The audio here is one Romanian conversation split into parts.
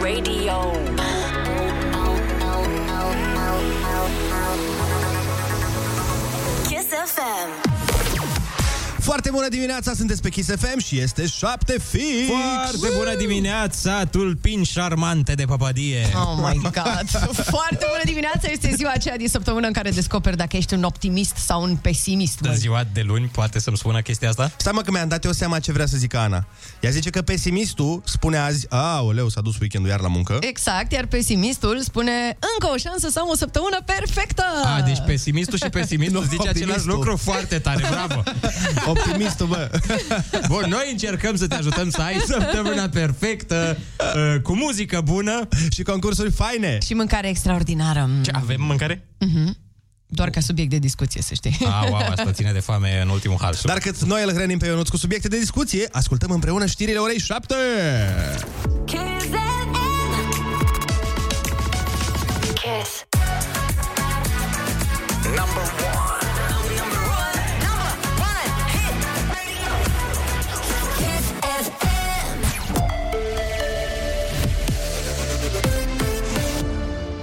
Radio. Kiss FM. Foarte bună dimineața, sunteți pe Kiss FM și este 7 fix! Foarte bună dimineața, tulpini șarmante de papadie. Oh my god! Foarte bună dimineața! Este ziua aceea din săptămână în care descoperi dacă ești un optimist sau un pesimist. În mă. ziua de luni poate să-mi spună chestia asta? Stai mă că mi-am dat eu seama ce vrea să zică Ana. Ea zice că pesimistul spune azi, aoleu, s-a dus weekendul iar la muncă. Exact, iar pesimistul spune încă o șansă sau o săptămână perfectă! A, deci pesimistul și pesimistul Nu, zice același optimistul. lucru foarte tare, bravo! Optimistul, bă. Bun, noi încercăm să te ajutăm să ai săptămâna perfectă, uh, cu muzică bună. și concursuri faine. Și mâncare extraordinară. Mhm. Ce, avem mâncare? Doar ca subiect de discuție, să știi. Au, au, asta hrăține de foame în ultimul hal. Dar cât noi îl hrănim pe Ionuț cu subiecte de discuție, ascultăm împreună știrile orei 7. Kiss FM. Kiss. Number one. Number one hit radio. Kiss FM.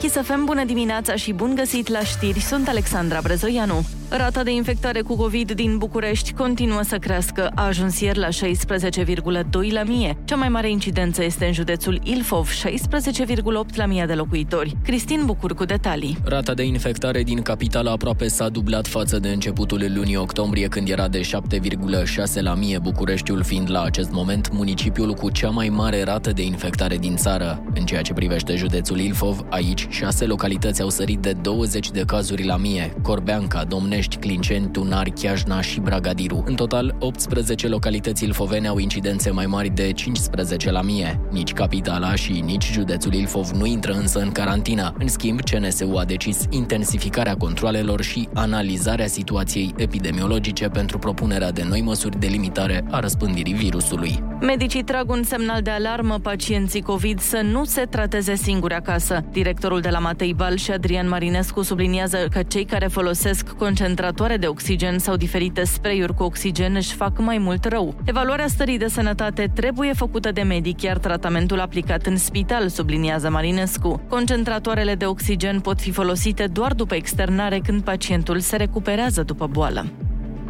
Chisafem, bună dimineața și bun găsit la știri, sunt Alexandra Brezoianu. Rata de infectare cu COVID din București continuă să crească, a ajuns ieri la 16,2 la mie. Cea mai mare incidență este în județul Ilfov, 16,8 la mie de locuitori. Cristin Bucur cu detalii. Rata de infectare din capitală aproape s-a dublat față de începutul lunii octombrie, când era de 7,6 la mie, Bucureștiul fiind la acest moment municipiul cu cea mai mare rată de infectare din țară. În ceea ce privește județul Ilfov, aici șase localități au sărit de 20 de cazuri la mie, Corbeanca, Domnești, Clinceni, Tunari, Chiajna și Bragadiru. În total, 18 localități ilfovene au incidențe mai mari de 15 la mie. Nici capitala și nici județul Ilfov nu intră însă în carantină. În schimb, CNSU a decis intensificarea controalelor și analizarea situației epidemiologice pentru propunerea de noi măsuri de limitare a răspândirii virusului. Medicii trag un semnal de alarmă pacienții COVID să nu se trateze singuri acasă. Directorul de la Matei Bal și Adrian Marinescu subliniază că cei care folosesc concentratoare de oxigen sau diferite spray-uri cu oxigen își fac mai mult rău. Evaluarea stării de sănătate trebuie făcută de medic, iar tratamentul aplicat în spital, subliniază Marinescu. Concentratoarele de oxigen pot fi folosite doar după externare când pacientul se recuperează după boală.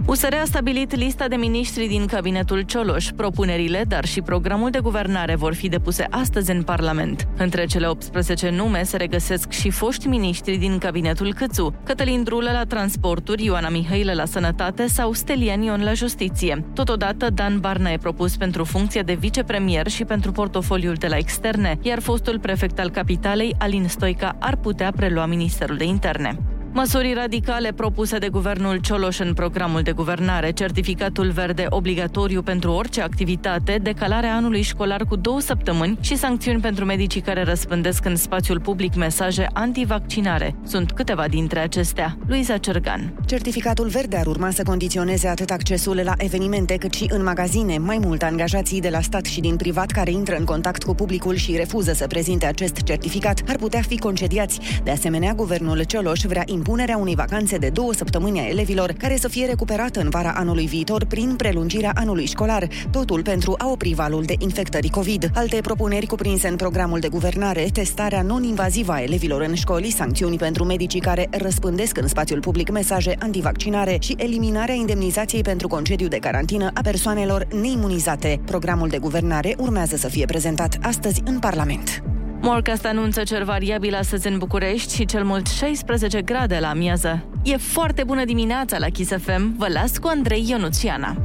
USR a stabilit lista de miniștri din cabinetul Cioloș. Propunerile, dar și programul de guvernare vor fi depuse astăzi în Parlament. Între cele 18 nume se regăsesc și foști miniștri din cabinetul Câțu, Cătălin Drulă la transporturi, Ioana Mihailă la sănătate sau Stelian Ion la justiție. Totodată, Dan Barna e propus pentru funcția de vicepremier și pentru portofoliul de la externe, iar fostul prefect al capitalei, Alin Stoica, ar putea prelua Ministerul de Interne. Măsuri radicale propuse de guvernul Cioloș în programul de guvernare, certificatul verde obligatoriu pentru orice activitate, decalarea anului școlar cu două săptămâni și sancțiuni pentru medicii care răspândesc în spațiul public mesaje antivaccinare. Sunt câteva dintre acestea. Luiza Cergan. Certificatul verde ar urma să condiționeze atât accesul la evenimente cât și în magazine. Mai mult, angajații de la stat și din privat care intră în contact cu publicul și refuză să prezinte acest certificat ar putea fi concediați. De asemenea, guvernul Cioloș vrea impunerea unei vacanțe de două săptămâni a elevilor, care să fie recuperată în vara anului viitor prin prelungirea anului școlar, totul pentru a opri valul de infectări COVID. Alte propuneri cuprinse în programul de guvernare, testarea non-invazivă a elevilor în școli, sancțiuni pentru medicii care răspândesc în spațiul public mesaje antivaccinare și eliminarea indemnizației pentru concediu de carantină a persoanelor neimunizate. Programul de guvernare urmează să fie prezentat astăzi în Parlament. Morcast anunță cer variabil astăzi în București și cel mult 16 grade la amiază. E foarte bună dimineața la Kiss FM. Vă las cu Andrei Ionuțiana.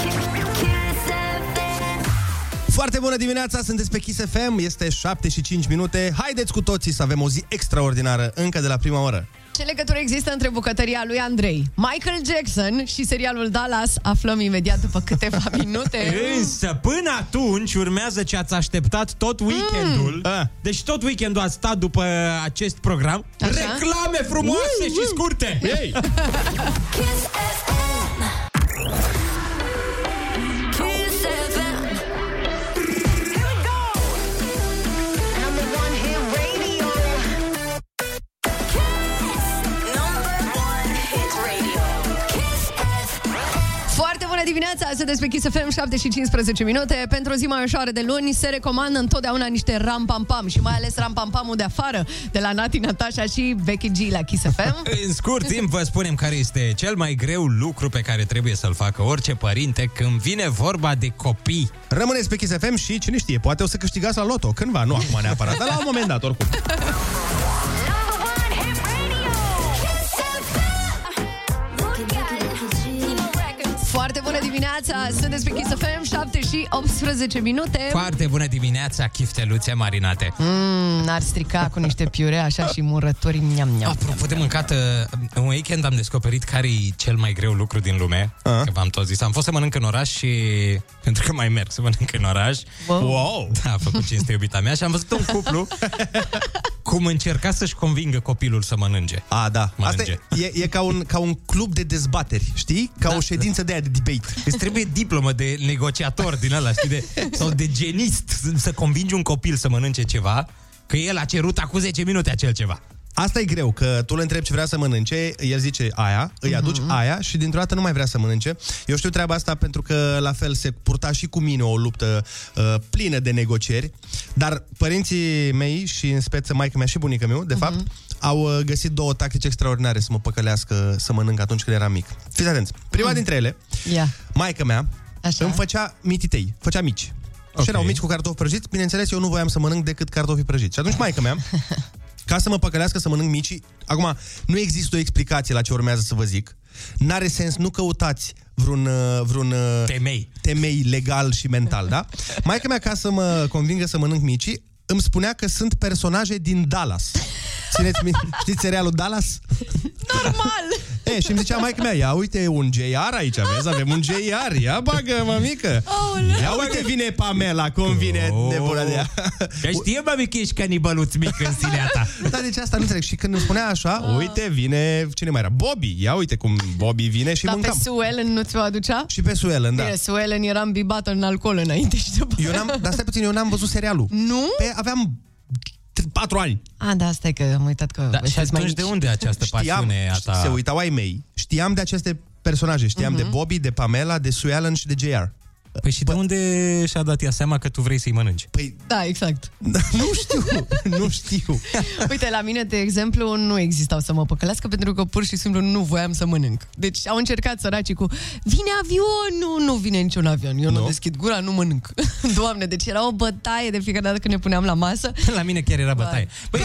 Kiss FM. Foarte bună dimineața, sunteți pe Kiss FM, este 7 și 5 minute. Haideți cu toții să avem o zi extraordinară încă de la prima oră. Ce legătură există între bucătăria lui Andrei, Michael Jackson și serialul Dallas? Aflăm imediat după câteva minute. Însă, până atunci, urmează ce ați așteptat tot Mm. weekendul. Ah. Deci tot weekendul a stat după acest program. Așa. Reclame frumoase și scurte! Ei! Kiss FM. Kiss FM. Here we go. Number one hit radio. Kiss. Number one hit radio. Dimineața despre Kiss FM, 7 și 15 minute. Pentru o zi mai ușoară de luni se recomandă întotdeauna niște ram-pam-pam și mai ales ram-pam-pamul de afară de la Nati, Natasha și Becky G la Kiss FM. În scurt timp vă spunem care este cel mai greu lucru pe care trebuie să-l facă orice părinte când vine vorba de copii. Rămâneți pe Kiss FM și cine știe, poate o să câștigați la loto cândva, nu acum neapărat, dar la un moment dat oricum. Number one hit radio. Kiss FM. Look at it. Foarte bună dimineața! Sunteți pe Kiss FM, 7 și 18 minute. Foarte bună dimineața, chifteluțe marinate. Mm, ar strica cu niște piure așa și murături miam-miam. Apropo de mâncat, uh, în weekend am descoperit care e cel mai greu lucru din lume, A? că v-am tot zis. Am fost să mănânc în oraș și, pentru că mai merg să mănânc în oraș, Wow! da, a făcut cinste iubita mea și am văzut un cuplu cum încerca să-și convingă copilul să mănânce. A, da. Asta Mănânge. e, e, e ca, un, ca un club de dezbateri, știi? Ca da, o ședință da. de aia de debate. Îți trebuie diplomă de negociator din ăla, știi, de, sau de genist, să- să convingi un copil să mănânce ceva, că el a cerut acum 10 minute acel ceva. Asta e greu, că tu le întrebi ce vrea să mănânce, el zice aia, îi aduci aia și dintr-o dată nu mai vrea să mănânce. Eu știu treaba asta pentru că la fel se purta și cu mine o luptă uh, plină de negocieri, dar părinții mei și în speță maica mea și bunica meu, de fapt, au uh, găsit două tactici extraordinare să mă păcălească să mănânc atunci când eram mic. Fiți atenți! Prima dintre ele, Ia. maica mea Așa. Așa. îmi făcea mititei, făcea mici. Okay. Ok. Și erau mici cu cartofi prăjiți, bineînțeles, eu nu voiam să mănânc decât cartofi prăjiți. Și atunci maica mea, ca să mă păcălească să mănânc mici, acum, nu există o explicație la ce urmează să vă zic. N-are sens, nu căutați vreun, uh, vreun uh, Temei. temei legal și mental, da? Maica mea, ca să mă convingă să mănânc mici, îmi spunea că sunt personaje din Dallas. Țineți minte, știți serialul Dallas? Normal! E, și îmi zicea maica mea, ia uite un JR aici, vezi, avem un JR, ia bagă, mămică. Ia uite, vine Pamela, cum vine Oh. nebuna de ea. Că știe, mami, că ești canibaluț mic în sinea ta. Dar deci asta nu înțeleg. Și când îmi spunea așa, Ah. uite, vine, cine mai era? Bobby. Ia uite cum Bobby vine și Dar pe mâncam. Suelen nu ți-o aducea? și pe Suelen, da. Bine, Suelen era îmbibată în alcool înainte și după. Eu n-am, dar stai puțin, eu n-am văzut serialul. Nu? Pe, aveam t- patru ani. A, da, stai că am uitat că... Da, și sunteți mai atunci de mici. unde această Știam, pasiune a ta? se uitau ai mei. Știam de aceste personaje. Știam de Bobby, de Pamela, de Suelen și de JR. Mhm. Păi și de unde și-a dat ea seama că tu vrei să-i mănânci? Păi, Da, exact. nu știu, nu știu. Uite, la mine, de exemplu, nu existau să mă păcălească pentru că pur și simplu nu voiam să mănânc. Deci au încercat săracii cu vine avionul, nu vine niciun avion, eu nu, Nu? nu deschid gura, nu mănânc. Doamne, deci era o bătaie de fiecare dată când ne puneam la masă. La mine chiar era bătaie. Păi,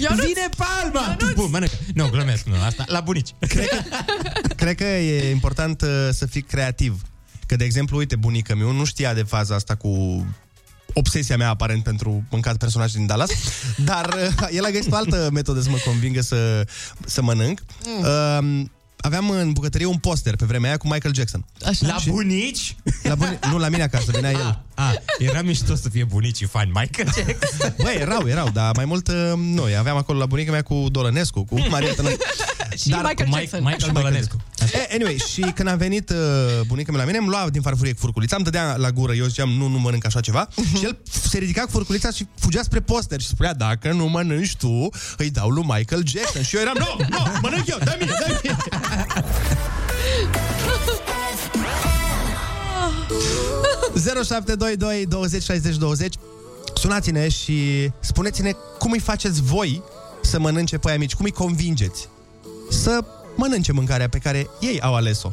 Eu nu vine palma! Bun, mănâncă. Nu, glumesc, nu, asta, la bunici. Cred că e important uh, să fii creativ. Că, de exemplu, uite, bunica mea nu știa de faza asta cu obsesia mea aparent pentru mâncat personaje din Dallas, dar uh, el a găsit o altă metodă să mă convingă să, să mănânc. Uh, aveam în bucătărie un poster pe vremea aia cu Michael Jackson. Așa. La bunici? Ah. La bun... Nu, la mine acasă, venea el. A, era mișto să fie bunicii fani Michael Jackson. Băi, erau, erau, dar mai mult uh, noi. Aveam acolo la bunica mea cu Dolănescu, cu Maria Tănăscu. Și Dar Michael Jackson. Michael Dolănescu. E, anyway, și când a venit uh, bunica mea la mine, îmi lua din farfurie cu furculița, îmi dădea la gură, eu ziceam, nu, nu mănânc așa ceva. și el se ridica cu furculița și fugea spre poster și spunea, dacă nu mănânci tu, îi dau lui Michael Jackson. Și eu eram, nu, nu, mănânc eu, dă mie, dă mie. Kiss FM. 0722 20 60 20 Sunați-ne și spuneți-ne cum îi faceți voi să mănânce pe aia mici, cum îi convingeți să mănânce mâncarea pe care ei au ales-o.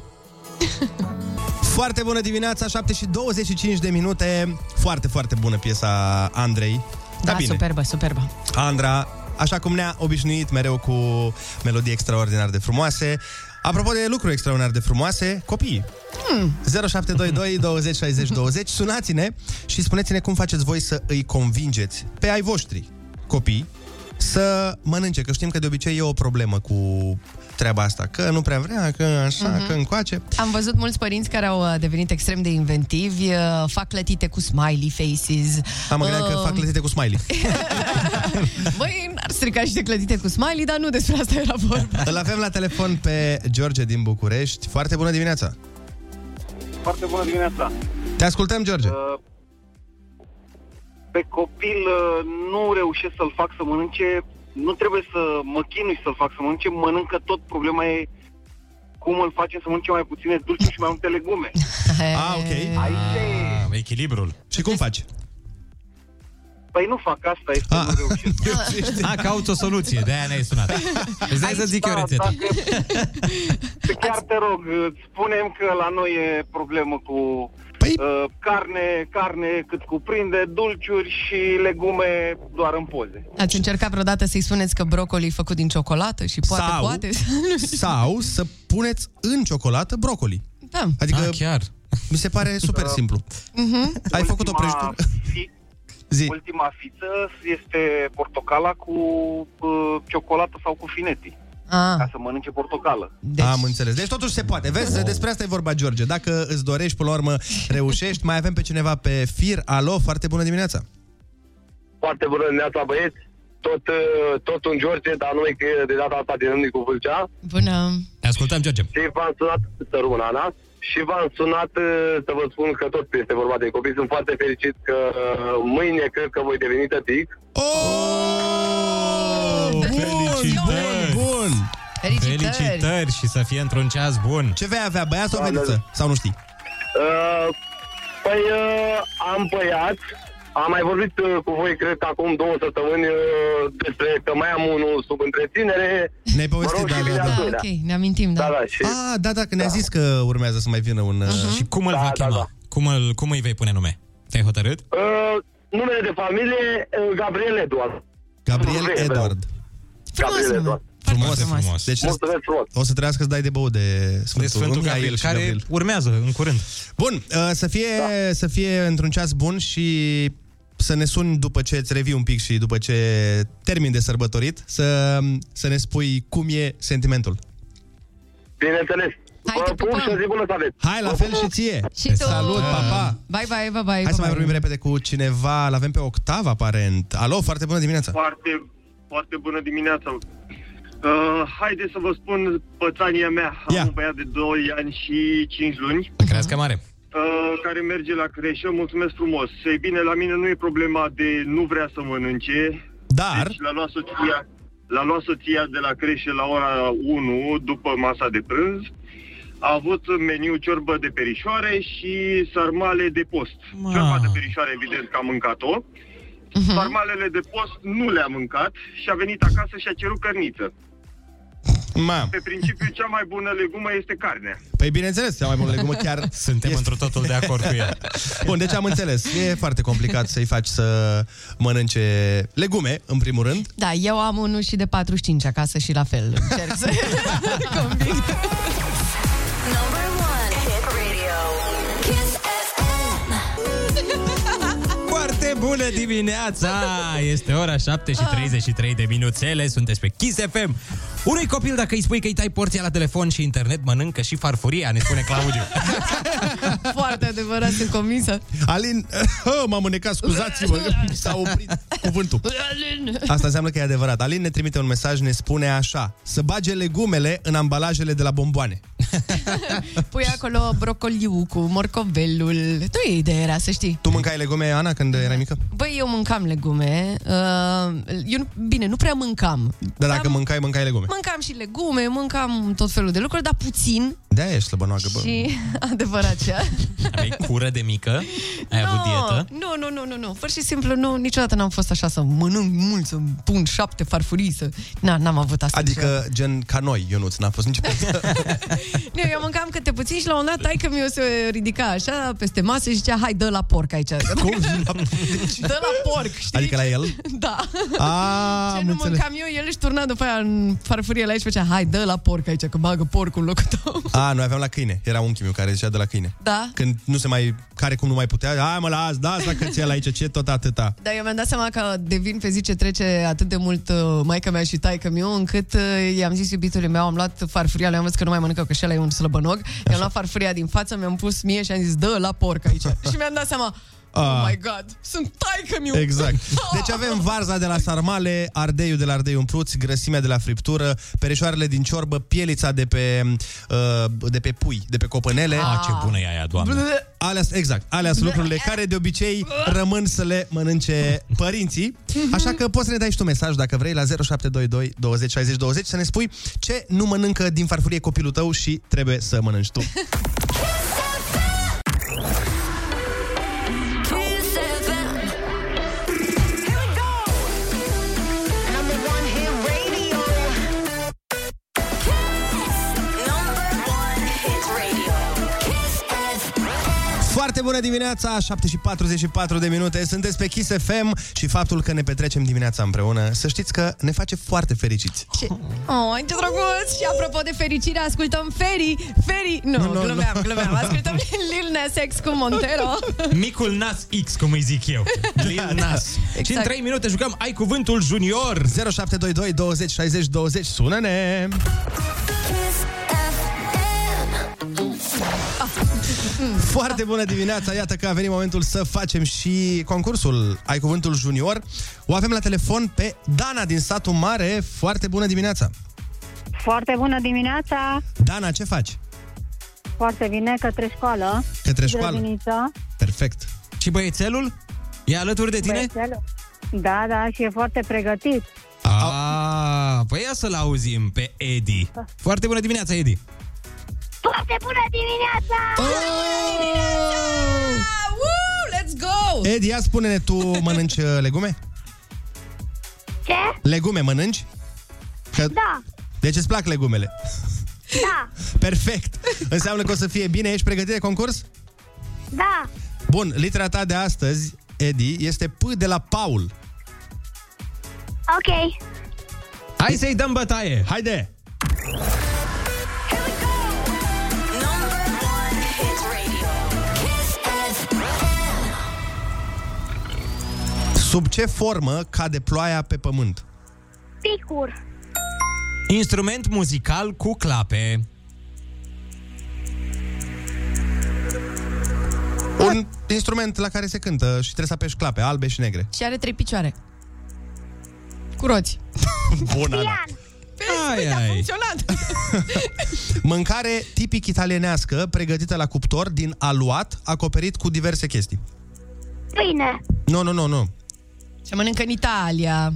Foarte bună dimineața, 7 și 25 de minute. Foarte, foarte bună piesa Andrei. Da, superbă, superbă. Andra, așa cum ne-a obișnuit mereu cu melodii extraordinar de frumoase. Apropo de lucruri extraordinar de frumoase, copii. Hmm. 0722 20 60 20 Sunați-ne și spuneți-ne cum faceți voi să îi convingeți pe ai voștri copii să mănânce, că știm că de obicei e o problemă cu treaba asta, că nu prea vrea, că așa, mm-hmm. că încoace. Am văzut mulți părinți care au uh, devenit extrem de inventivi, uh, fac clătite cu smiley faces. Am mă gândeam Uh, că fac clătite cu smiley. Băi, n-ar strica și de clătite cu smiley, dar nu despre asta era vorba. Îl avem la telefon pe George din București. Foarte bună dimineața! Foarte bună dimineața! Te ascultăm, George! Uh, Pe copil uh, nu reușesc să-l fac să mănânce, nu trebuie să mă chinui să-l fac să mănânce, mănâncă tot. Problema e cum îl facem să mănânce mai puține dulciuri și mai multe legume. Ah, ok. Ah, echilibrul. Și cum faci? Ah. Păi nu fac asta, este nu reușesc. A, caut Ah, o soluție, de-aia ne-ai sunat. Îți dai să zic eu rețeta. Dacă, Păi chiar te rog, spunem că la noi e problemă cu Păi- păi... uh, carne, carne cât cuprinde, dulciuri și legume doar în poze. Ați încercat vreodată să-i spuneți că brocoli e făcut din ciocolată și poate, Sau- poate? Sau să puneți în ciocolată brocoli. da. Adică Ah, chiar. mi se pare super simplu. Ai făcut o Ultima prăjitură? fi- Zi. Ultima fiță este portocala cu uh, ciocolată sau cu finetii, Ah, ca să mănânce portocală. deci, Oh. Am înțeles. Deci totuși se poate. Vezi, despre asta e vorba, George. Dacă îți dorești, până la urmă, reușești. Mai avem pe cineva pe fir. Alo, foarte bună dimineața. Foarte bună dimineața, băieți. Tot, uh, tot un George, dar numai că de data asta din Râmnicu Vâlcea. bună. Te ascultăm, George. Și v-am sunat, să rămân Ana, și v-am sunat uh, să vă spun că tot este vorba de copii. Sunt foarte fericit că uh, mâine cred că voi deveni tătic. Oh! Bun, Felicitări! bun, bun! Felicitări. Felicitări și să fie într-un ceas bun. Ce vei avea, băiat sau fetiță? Sau nu știi? Uh, Păi uh, am băiat, am mai vorbit uh, cu voi, cred, acum două săptămâni uh, despre că mai am unul sub întreținere. Ne-ai povestit, Mă rog, da, și da, bine da. Da, Bună. ok, ne amintim, da. Da, da, și... Ah, da, da, că ne-a zis că urmează să mai vină un... uh, Și cum îl Da, va da, chema? da. Cum, îl, cum îi vei pune nume? Te-ai hotărât? Uh, numele de familie, uh, Gabriel Eduard. Gabriel Gabriel, Edward. Frumos, Gabriel nume. Eduard. Frumos, frumos. frumos. Deci Mulțumesc frumos. o să trească să dai de băut de Sfântul, de Sfântul România, Gabriel, el și care Gabriel. urmează în curând. Bun, uh, să fie, da. să fie într-un ceas bun și să ne suni după ce îți revii un pic și după ce termin de sărbătorit, să, să ne spui cum e sentimentul. Bineînțeles. Hai, Vă te pup pupăm. și o zi bună să aveți. Hai, la fel și ție! Și tu. Salut, pa, pa! Bye, bye, bye, bye. Hai să mai vorbim repede cu cineva, l-avem pe Octav aparent. Alo, foarte bună dimineața! Foarte, foarte bună dimineața. Uh, haideți să vă spun pățania mea. Ia. Am un băiat de 2 ani și 5 luni Să crească mare. uh, care merge la creșă. Mulțumesc frumos. Ei bine, la mine nu e problema de nu vrea să mănânce. Dar, Deci l-a luat soția, l-a luat soția de la creșe la ora 1 după masa de prânz. A avut meniu ciorbă de perișoare și sarmale de post. Ma. Ciorba de perișoare, evident, că am mâncat-o. Sarmalele de post nu le-a mâncat și a venit acasă și a cerut cărniță. mam, Pe principiu, cea mai bună legumă este carnea. păi bineînțeles, cea mai bună legumă chiar Suntem este- într totul de acord cu el. Bun, deci am înțeles. E foarte complicat să-i faci să mănânce legume, în primul rând. Da, eu am unul și de 45 acasă și la fel. Încerc să combin. Number one. Hit radio. Kiss FM. Foarte bună dimineața! Este ora 7 și 33 de minuțele, sunteți pe Kiss FM. Unui copil, dacă îi spui că îi tai porția la telefon și internet, mănâncă și farfuria, ne spune Claudiu. Foarte adevărat, sunt convinsă. Alin, oh, m-am înecat, scuzați-mă, că s-a oprit cuvântul. Asta înseamnă că e adevărat. Alin ne trimite un mesaj, ne spune așa, să bage legumele în ambalajele de la bomboane. Pui acolo brocoliu cu morcovelul. Nu e ideea era, să știi. Tu mâncai legume, Ana, când erai mică? Băi, eu mâncam legume. Uh, Eu, nu- bine, nu prea mâncam. Dar dacă Am- mâncai, mâncai legume. Mâncam și legume, mâncam tot felul de lucruri, dar puțin De-aia ești slăbănoagă, bă. și adevărat ce. Ai cură de mică? Ai avut dietă? Nu, nu, nu, nu, nu. Pur și simplu, nu, niciodată n-am fost așa să mănânc mult, să pun șapte farfurii, să... Na, n-am avut asta niciodată. Adică, gen, ca noi, Ionuț, n-a fost niciodată. Nu, eu mâncam câte puțin și la un dat, tai că mi-o se ridica așa peste masă și zicea, hai, dă la porc aici. Dă Cum? Deci- la porc, știi? Adică la el? Da. A, Ce am nu înțeles. mâncam eu, el își turna după aia în farfurie la aici și făcea, hai, dă la porc aici, că bagă porcul în locul tău. A, noi aveam la câine. Era unchiul meu care zicea de la câine. Da. Când nu se mai, care cum nu mai putea, hai mă, las, da, asta că ți la aici, ce tot atâta. Dar eu mi-am dat seama că devin pe zi ce trece atât de mult uh, maica mea și taică meu, încât uh, i-am zis iubitului meu, am luat farfuria, le-am văzut că nu mai mănâncă, că și ăla e un slăbănog. I-am luat farfuria din față, mi-am pus mie și am zis, dă la porc aici. și mi-am dat seama, Oh my god, sunt taică miu. Exact. Deci avem varza de la sarmale, ardeiul de la ardei umpluți, grăsimea de la friptură, pereșoarele din ciorbă, pielița de pe, uh, de pe pui, de pe copănele. Ah, ce bună e aia, doamne. Alea, exact, alea sunt lucrurile care de obicei rămân să le mănânce părinții. Așa că poți să ne dai și tu mesaj dacă vrei la 0722 20 60 20 să ne spui ce nu mănâncă din farfurie copilul tău și trebuie să mănânci tu. Kiss FM. Here we go. Number one hit radio. Kiss. Number one hit radio. Kiss FM. Foarte bună dimineața, 7 și 44 de minute, sunteți pe Kiss FM și faptul că ne petrecem dimineața împreună, să știți că ne face foarte fericiți. Ce... Oh, ce drăguț! Și apropo de fericire, ascultăm Feri, Feri... Nu, Nu, no, nu, no, glumeam, nu. glumeam. Ascultăm Lil Nas X cu Montero. Micul Nas X, cum îi zic eu. Da, Lil Nas. Și în Exact. 3 minute jucăm Ai Cuvântul Junior. 0722 20 60 20, sună-ne! Kiss FM. Foarte bună dimineața, iată că a venit momentul să facem și concursul Ai Cuvântul Junior. O avem la telefon pe Dana din satul mare, foarte bună dimineața! Foarte bună dimineața! Dana, ce faci? Foarte bine, către școală. Către școală? Grădiniță. Perfect! Și băiețelul? E alături de tine? Băiețelul. Da, da, și e foarte pregătit. Ah, păi ia să-l auzim pe Edi. Foarte bună dimineața, Edi. Foarte bună dimineața! Oh! Ah, woo, let's go! Edi, ia spune-ne, tu mănânci uh, legume? Ce? Legume mănânci? Că... Da, Deci îți plac legumele. da, Perfect! Înseamnă că o să fie bine. Ești pregătit de concurs? da. Bun, litera ta de astăzi, Edi, este P de la Paul. Ok. Hai să-i dăm bătaie. Haide! Here we go. Number one hit radio. Kiss FM. Sub ce formă cade ploaia pe pământ? Picur. Instrument muzical cu clape. Un instrument la care se cântă și trebuie să apeși clape, albe și negre. Și are trei picioare. Cu roți. Bun, da. Ana. Ai, ai. Funcționat! Mâncare tipic italienească, pregătită la cuptor, din aluat, acoperit cu diverse chestii. Pâine. Nu, nu, nu, nu. Se mănâncă în Italia.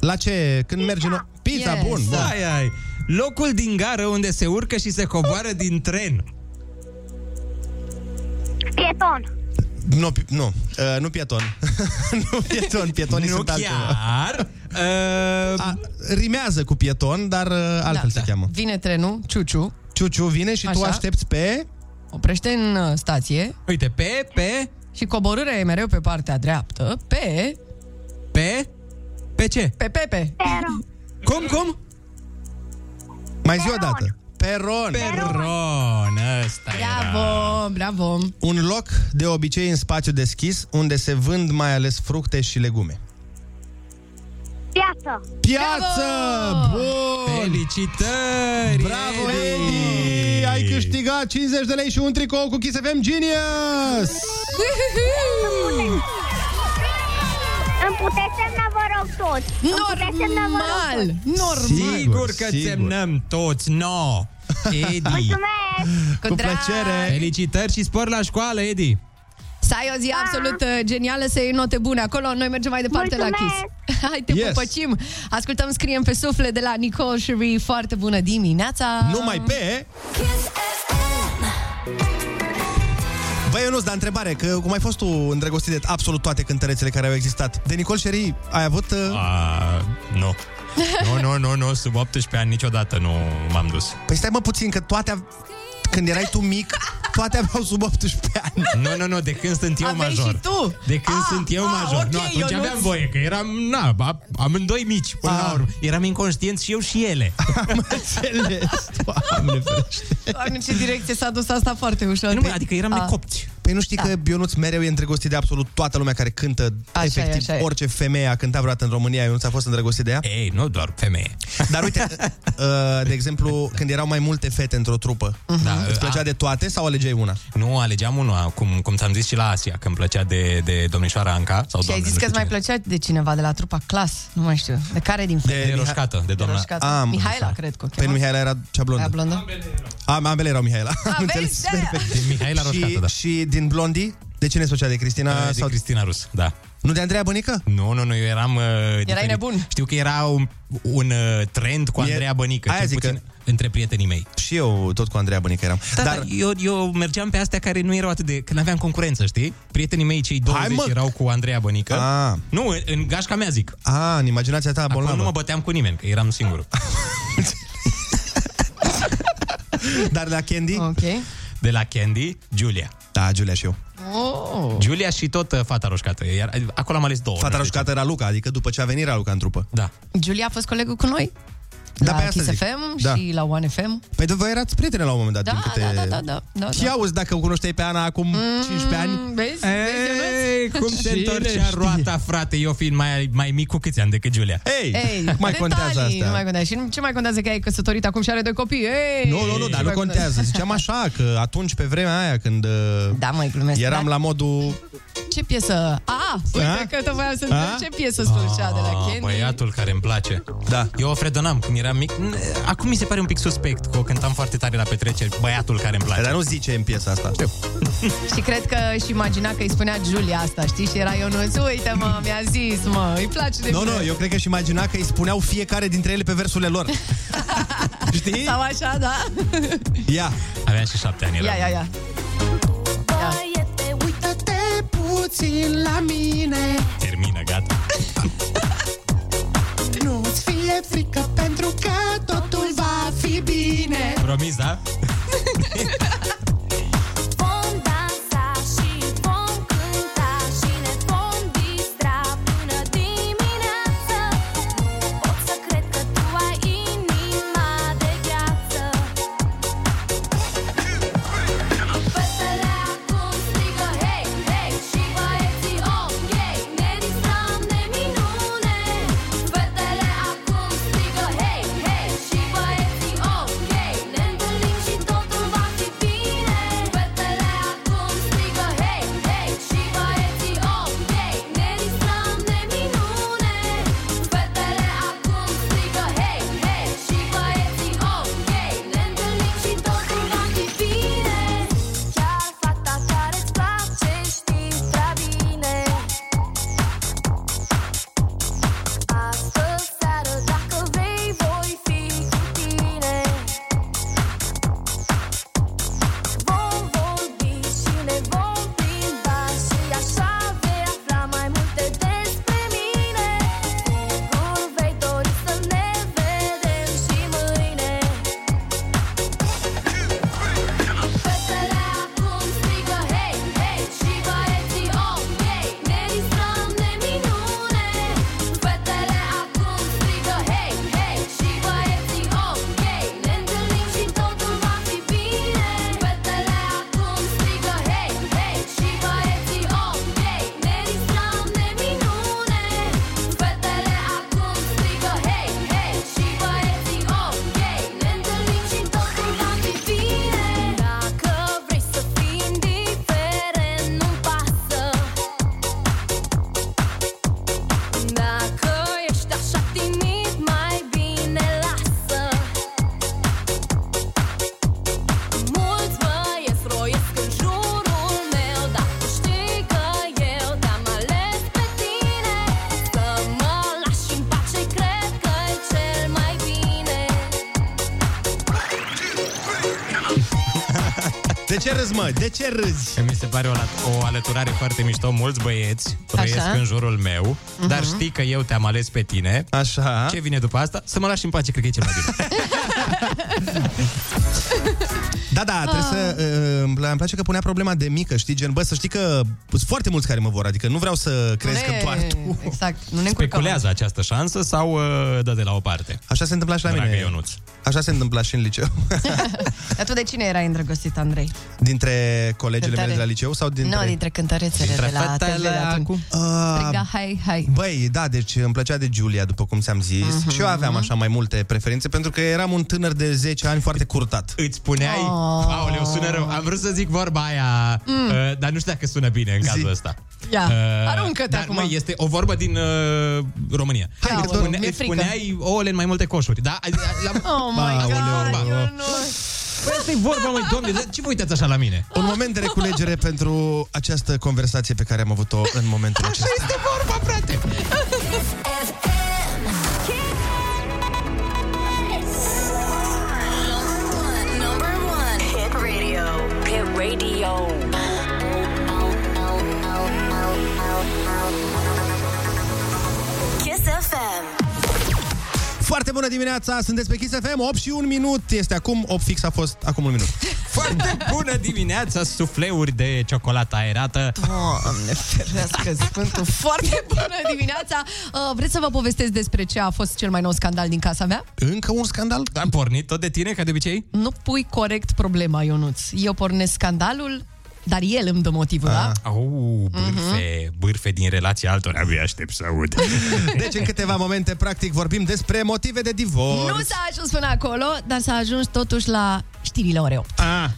La ce? Când mergi în... Pizza, Yes. bun, da. bun. Ai, ai. Locul din gară unde se urcă și se coboară din tren. Pieton. Nu, pi- nu, uh, nu pieton. nu pieton, pietonii nu sunt altceva. chiar. Uh, A, rimează cu pieton, dar uh, altfel Da. se cheamă. Da. Vine trenul, Ciuciu, Ciuciu vine și tu Așa. aștepți pe... oprește în uh, stație uite, pe, pe, și coborârea e mereu pe partea dreaptă, pe... pe, pe ce? pe Pepe. Pero. Cum, cum? Mai zi o dată. Peron. Peron, ăsta era. Bravo, bravo. Un loc de obicei în spațiu deschis unde se vând mai ales fructe și legume. Piață. Piață! Bravo! Bun! Felicitări! Bravo, Edi! Ai câștigat 50 de lei și un tricou cu Kiss FM Genius! Îmi puteți semna, vă rog, toți. Îmi puteți semna, vă rog, Normal, toți. normal. Sigur că Sigur. semnăm toți, no! Edi! Mulțumesc. Cu drag. plăcere! Felicitări și spor la școală, Edi! Să ai o zi absolut uh, genială, să iei note bune acolo. Noi mergem mai departe la Mulțumesc! Kiss. Hai, te Yes. yes. pupăcim. Ascultăm Scriem pe suflet de la Nicole Sherry. Foarte bună dimineața! Numai pe... Kiss FM. Băi, Ionuț, dar întrebare, că cum ai fost tu îndrăgostit de absolut toate cântărețele care au existat, de Nicol Șerii ai avut... Uh... A, nu. Nu, nu, nu, nu, sub 18 ani niciodată nu m-am dus. Păi stai mă puțin, că toate... av- Când erai tu mic, toate aveau sub 18 ani. Nu, nu, nu, de când sunt eu Aveai major. și tu? De când Ah, sunt eu ah, major. ok, nu, atunci Ionuț. aveam voie, că eram, na, a- amândoi mici până Ah. la urmă. Eram inconștienți și eu și ele. Am înțeles. Doamne ferește. Doamne, ce direcție s-a dus asta foarte ușor. Ah. Nu, mă, adică eram A. necopți. Păi nu știi da. că Ionuț mereu e îndrăgostit de absolut toată lumea care cântă, Așa e, efectiv, așa e. orice femeie a cântat vreodată în România, Ionuț a fost îndrăgostit de ea. Ei, nu doar femeie. Dar uite, uh, de exemplu, când erau mai multe fete într-o trupă, Mhm. Da, îți plăcea de toate sau alegeai una? Nu, alegeam unul, cum, cum ți-am zis și la Asia, când plăcea de, de domnișoara Anca. Sau Și ai doamnă, zis nu că știu îți mai cine. plăcea de cineva de la trupa clas, nu mai știu. De care din De roșcată, de doamna. Roșcată. Am- Mihaela, cred că o Păi nu, chema. Mihaela era cea blondă. Aia blondă? Ah, Am, ambele erau Mihaela. Am vezi, înțeles de-aia. perfect. De Mihaela Roșcată, și, da. și din blondi, de cine îți plăcea? De Cristina? uh, Eh, De sau... Cristina Rus, da. Nu de Andreea Bănică? Nu, nu, nu, eu eram... Uh, diferit. nebun. Știu că era un, un uh, trend cu Mie- Andreea Bănică, aia cel zic că- puțin între prietenii mei. Și eu tot cu Andreea Bănică eram. Da, dar eu, eu mergeam pe astea care nu erau atât de... Că n-aveam concurență, știi? Prietenii mei, cei 20, mă! erau cu Andreea Bănică. Ah. Nu, în, în gașca mea, zic. A, în imaginația ta Acolo nu mă bolnavă. băteam cu nimeni, că eram singurul. Dar la Candy? Ok. De la Candy, Julia. Da, Giulia și eu. Oh. Julia și tot uh, fata roșcată. Iar, acolo am ales două. Fata nu știu roșcată era Luca, adică după ce a venit era Luca în trupă. ce. Da. Giulia a fost colegul cu noi. Da, la pe asta Kiss zic. FM Da. și la One FM. Păi de voi erați prietene la un moment dat, Da, din câte... da, da, da, da, da, Și da. auzi, dacă o cunoșteai pe Ana acum 15 ani, Mm, Vezi? Vezi, Ionuț? Ei, cum se Cine întorcea știe? roata, frate, eu fiind mai, mai mic cu câți ani decât Julia. ei, Ei, mai contează detalii, asta. Nu mai contează. Și nu- ce mai contează că ai căsătorit acum și are doi copii? Ei, Nu, nu, nu, ce dar nu mai contează. Ziceam așa, că atunci, pe vremea aia, când uh, Da, mai glumesc. eram Dar la modul... Ce piesă? A, A? uite că tocmai am să A? întreb ce piesă slușea de la Candy. Ah, Băiatul care îmi place. Da. Eu o fredonam când eram mic. Acum mi se pare un pic suspect că o cântam foarte tare la petreceri. Băiatul care îmi place. Dar nu zice în piesa asta. Și cred că își imagina că îi spunea Julia asta, știi? Și era Ionuț, uite mă, mi-a zis, mă, îi place de Nu, mine. nu, eu cred că și imagina că îi spuneau fiecare dintre ele pe versurile lor. Știi? Sau așa, da? Ia. Aveam și șapte ani. Ia, eram. ia, ia. Băiete, uită-te Puțin la mine Termină, gata. Nu-ți fie frică pentru că totul va fi bine Promis, da? Vom dansa și vom cânta Și ne vom distra până dimineață Nu pot să cred că tu ai inima de gheață Păsărea acum strigă hei, hei Și băieții om, ei Ne distrăm de minune Fetele acum strigă hei, hei Și băieții om, ei Ne întâlnim și totul va fi bine Fetele acum strigă hei, hei Și băieții om, ei Ne distrăm de minune Fetele acum strigă hei, hei Și băieții om, ei Ne întâlnim și totul va fi bine Chiar fata care-ți place știi prea bine Astăzi seară, dacă vei, voi fi cu tine Vom vorbi și ne vom plimba Și așa vei afla mai multe despre mine Sigur vei dori să ne vedem și mâine Fetele acum strigă hei, hei Și băieții om, ei Ne distrăm de minune Fetele acum strigă hei, hei Și băieții om, ei Ne întâlnim și totul va fi bine Fetele acum strigă hei, hei Și băieții om, ei Ne distrăm de minune Fetele acum strigă hei, hei Și băieții om, ei Ne întâlnim și totul va fi bine Dacă vrei să fii indiferent, nu-mi pasă Dacă ești așa timid, mai bine lasă Mulți băieți roiesc în jurul meu Dar tu știi că eu te-am ales pe tine Să mă lași în pace, cred că-i cel mai bine De ce râzi, mă? De ce râzi? Mi se pare o, la- o alăturare foarte mișto. Mulți băieți trăiesc Așa. Mhm. în jurul meu, dar știi că eu te-am ales pe tine. Așa Ce vine după asta? Să mă lași în pace, cred că e cel mai bine. Da, da, trebuie Ah. să... uh, Îmi pla- îmi place că punea problema de mică, știi? Gen, bă, să știi că sunt foarte mulți care mă vor Adică nu vreau să crezi că Ne- doar tu Exact, nu ne încurcăm. Speculează această șansă sau uh, dă de la o parte? Așa se întâmpla și la Dragă mine Ionuț. Așa se întâmpla și în liceu Dar tu de cine erai îndrăgostit, Andrei? Dintre colegele mele de la liceu sau dintre... Nu, dintre cântărețele Dintre de la fetele Ah. TV de atunci. Striga, hai, hai. Băi, da, deci îmi plăcea de Giulia, după cum ți-am zis. Mhm. Mm-hmm. Și eu aveam așa mai multe preferințe, pentru că eram un tânăr de 10 ani foarte curtat. Îți puneai... Oh. Aoleu, sună rău. Am vrut să zic vorba aia, mm. uh, dar nu știu dacă sună bine în cazul ăsta. Uh, Ia, aruncă-te dar, acum. Măi, este o vorbă din uh, România. Hai, Îți Aoleu, mi-e îți frică. puneai ouăle în mai multe coșuri. Da? A- a- La... Oh my Aoleu, God, vorba. eu nu... Păi asta e vorba, măi, domne, de ce vă uitați așa la mine? Un moment de reculegere pentru această conversație pe care am avut-o în momentul acesta. Este vorba, frate! Radio. Kiss FM. Foarte bună dimineața, sunteți pe Kiss FM, 8 și 1 minut este acum, 8 fix a fost acum un minut. Foarte bună dimineața, sufleuri de ciocolată aerată. Doamne, ferească Sfântul. Foarte bună dimineața! Uh, vreți să vă povestesc despre ce a fost cel mai nou scandal din casa mea? Încă un scandal? Am pornit tot de tine, ca de obicei? Nu pui corect problema, Ionuț. Eu pornesc scandalul, dar el îmi dă motivul, Ah, da? Ah, Mhm. Au, bârfe, bârfe din relația altora, abia aștept să aud. Deci în câteva momente, practic, vorbim despre motive de divorț. Nu s-a ajuns până acolo, dar s-a ajuns totuși la știrile oreo. Ah,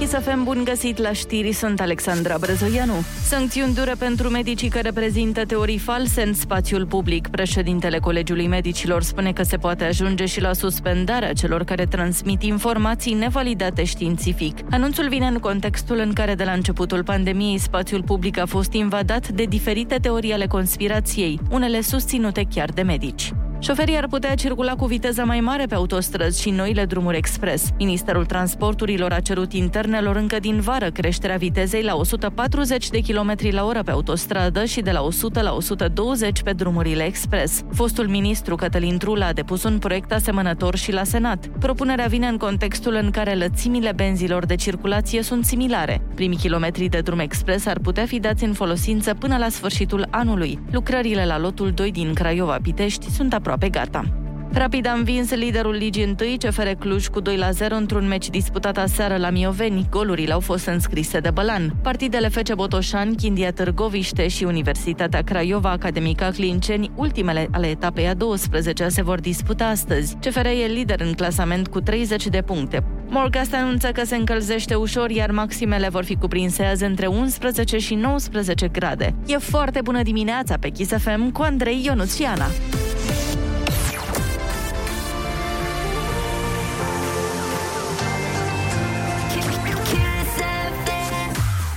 Chisafem, bun găsit la știri, sunt Alexandra Brezoianu. Sancțiuni dure pentru medicii care prezintă teorii false în spațiul public. Președintele Colegiului Medicilor spune că se poate ajunge și la suspendarea celor care transmit informații nevalidate științific. Anunțul vine în contextul în care de la începutul pandemiei spațiul public a fost invadat de diferite teorii ale conspirației, unele susținute chiar de medici. Șoferii ar putea circula cu viteză mai mare pe autostrăzi și noile drumuri expres. Ministerul Transporturilor a cerut internelor încă din vară creșterea vitezei la 140 de km la oră pe autostradă și de la 100 la 120 pe drumurile expres. Fostul ministru Cătălin Trula a depus un proiect asemănător și la Senat. Propunerea vine în contextul în care lățimile benzilor de circulație sunt similare. Primii kilometri de drum expres ar putea fi dați în folosință până la sfârșitul anului. Lucrările la lotul 2 din Craiova-Pitești sunt aproape gata. Rapid a învins liderul Ligii 1, CFR Cluj, cu 2 la 0 într-un meci disputat aseară la Mioveni. Golurile au fost înscrise de Bălan. Partidele FC Botoșani, Chindia Târgoviște și Universitatea Craiova Academica Clinceni, ultimele ale etapei a 12 se vor disputa astăzi. CFR e lider în clasament cu 30 de puncte. Morgast anunță că se încălzește ușor, iar maximele vor fi cuprinse azi între 11 și 19 grade. E foarte bună dimineața pe Kiss FM cu Andrei Ionuțiana.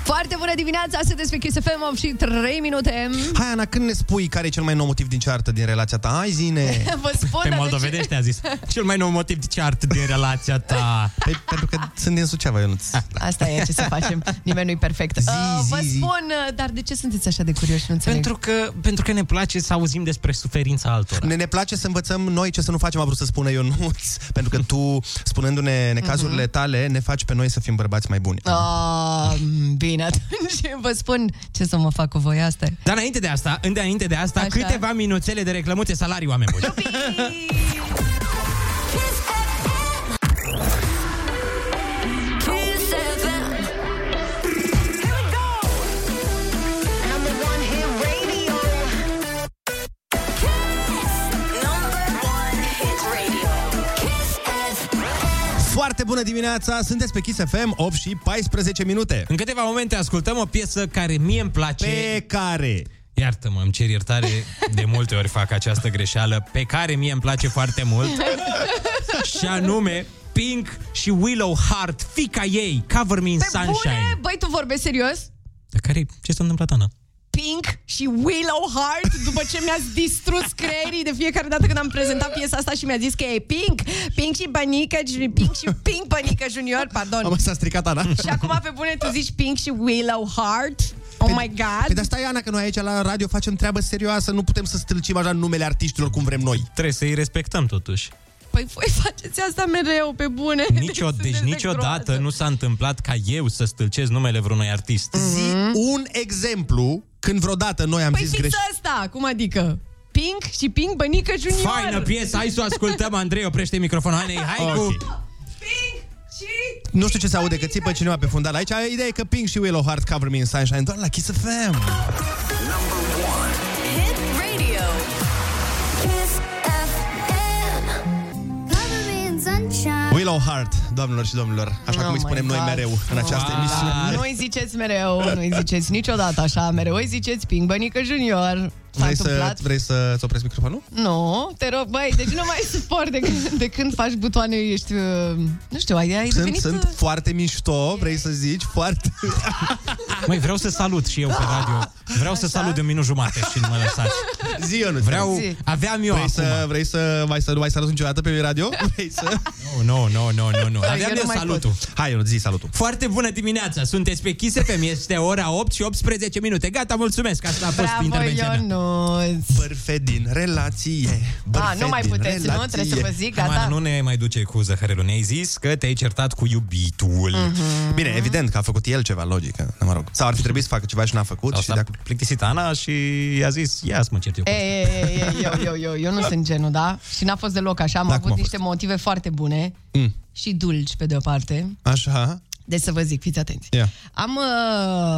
Foarte bună dimineața, sunteți pe Kiss FM, 8 și 3 minute. Hai, Ana, când ne spui care e cel mai nou motiv din ceartă din relația ta? Hai, zine! Vă spun, pe dar de ce- moldovenește a zis. Cel mai nou motiv de ceartă din relația ta. Păi, pentru că Ah. sunt din Suceava, Ionuț. da. Asta e ce să facem. Nimeni nu-i perfect. Zi, Uh, vă zi, zi. spun, uh, dar de ce sunteți așa de curioși? Nu înțeleg. Pentru că, pentru că ne place să auzim despre suferința altora. Ne, ne place să învățăm noi ce să nu facem, a vrut să spună Ionuț, pentru că tu, spunându-ne necazurile Mhm. tale, ne faci pe noi să fim bărbați mai buni. Ah, bine, atunci vă spun ce să mă fac cu voi asta. e. Dar înainte de asta, înainte de asta, Așa. câteva minuțele de reclămuțe salariu, oameni buni. Foarte bună dimineața, sunteți pe Kiss FM, 8 și 14 minute. În câteva momente ascultăm o piesă care mie îmi place. Pe care? Iartă-mă, îmi cer iertare, de multe ori fac această greșeală, pe care mie îmi place foarte mult, și anume Pink și Willow Hart, fica ei, Cover Me in Pe Sunshine. bune? Băi, tu vorbești serios? Dar care Ce s-a întâmplat, Ana? Pink și Willow Heart După ce mi-ați distrus creierii De fiecare dată când am prezentat piesa asta Și mi-a zis că e Pink Pink și Bănică Ju- Pink și Pink Bănică Junior Pardon Am s-a stricat Ana. Și acum pe bune tu zici Pink și Willow Heart Oh my Păi dar god stai, Ana, că noi aici la radio facem treabă serioasă, nu putem să stâlcim așa numele artiștilor cum vrem noi. Trebuie să-i respectăm, totuși. Păi voi faceți asta mereu, pe bune. Nicio, deci niciodată nu s-a întâmplat ca eu să stâlcez numele vreunui artist. Zi un exemplu când vreodată noi am Mm? Păi zis fix greșit. asta, cum adică? Pink și Pink Bănică Junior. Faină piesă, hai să o ascultăm, Andrei, oprește microfonul, hai, hai cu... Ok. Nu știu ce se aude, că țipă cineva pe fundal aici. Ideea e că Pink și Willow Hart Cover Me in Sunshine doar la Kiss FM. Hit Radio. Kiss FM. Cover me in sunshine. Willow Hart, doamnelor și domnilor, așa Oh cum îi my spunem noi God. mereu în această Da, emisiune. nu-i ziceți mereu, nu-i ziceți niciodată așa, mereu îi ziceți Pink Bănică Junior. S-a Vrei să, întâmplat? vrei să-ți opresc microfonul? Nu, te rog, băi, deci nu mai suport de când, de când faci butoane, ești, uh, nu știu, ai, ai Sunt, devenit... sunt uh, foarte mișto, vrei să zici, foarte... Ah! Măi, vreau să salut și eu pe radio. Vreau să salut de un minut jumate și nu mă lăsați. Zi, Ionuț. Vreau... Zi. Aveam eu Vrei acum. să, vrei să mai, să, nu mai salut niciodată pe radio? Vrei să... Nu, nu, nu, nu, nu, nu. Păi, eu Aveam nu eu mai pot. salutul. Hai, Ionuț, zi salutul. Foarte bună dimineața, sunteți pe Kiss FM, este ora 8 și 18 minute. Gata, mulțumesc, asta a fost Bravo, intervenția mea. Ionuț! Bărfe din relație. Da, bârfe nu mai din puteți, nu? relație. Trebuie să vă zic, Hamana, gata. nu ne mai duce cu zăhărelul. Ne-ai zis că te-ai certat cu iubitul. Mm-hmm. Mhm. Bine, evident că a făcut el ceva, logică, mă rog. Sau ar fi trebuit să facă ceva și n-a făcut Sau și s-a de acum... plictisit Ana și i-a zis, ia să mă cert eu. cu Ei, asta." ei, ei, ei, eu, eu, eu, eu nu sunt genul, da? Și n-a fost deloc așa, am Da, cum avut a niște motive foarte bune mm. și dulci, pe de o parte. Așa, Deci să vă zic, fiți atenți. Ia. Am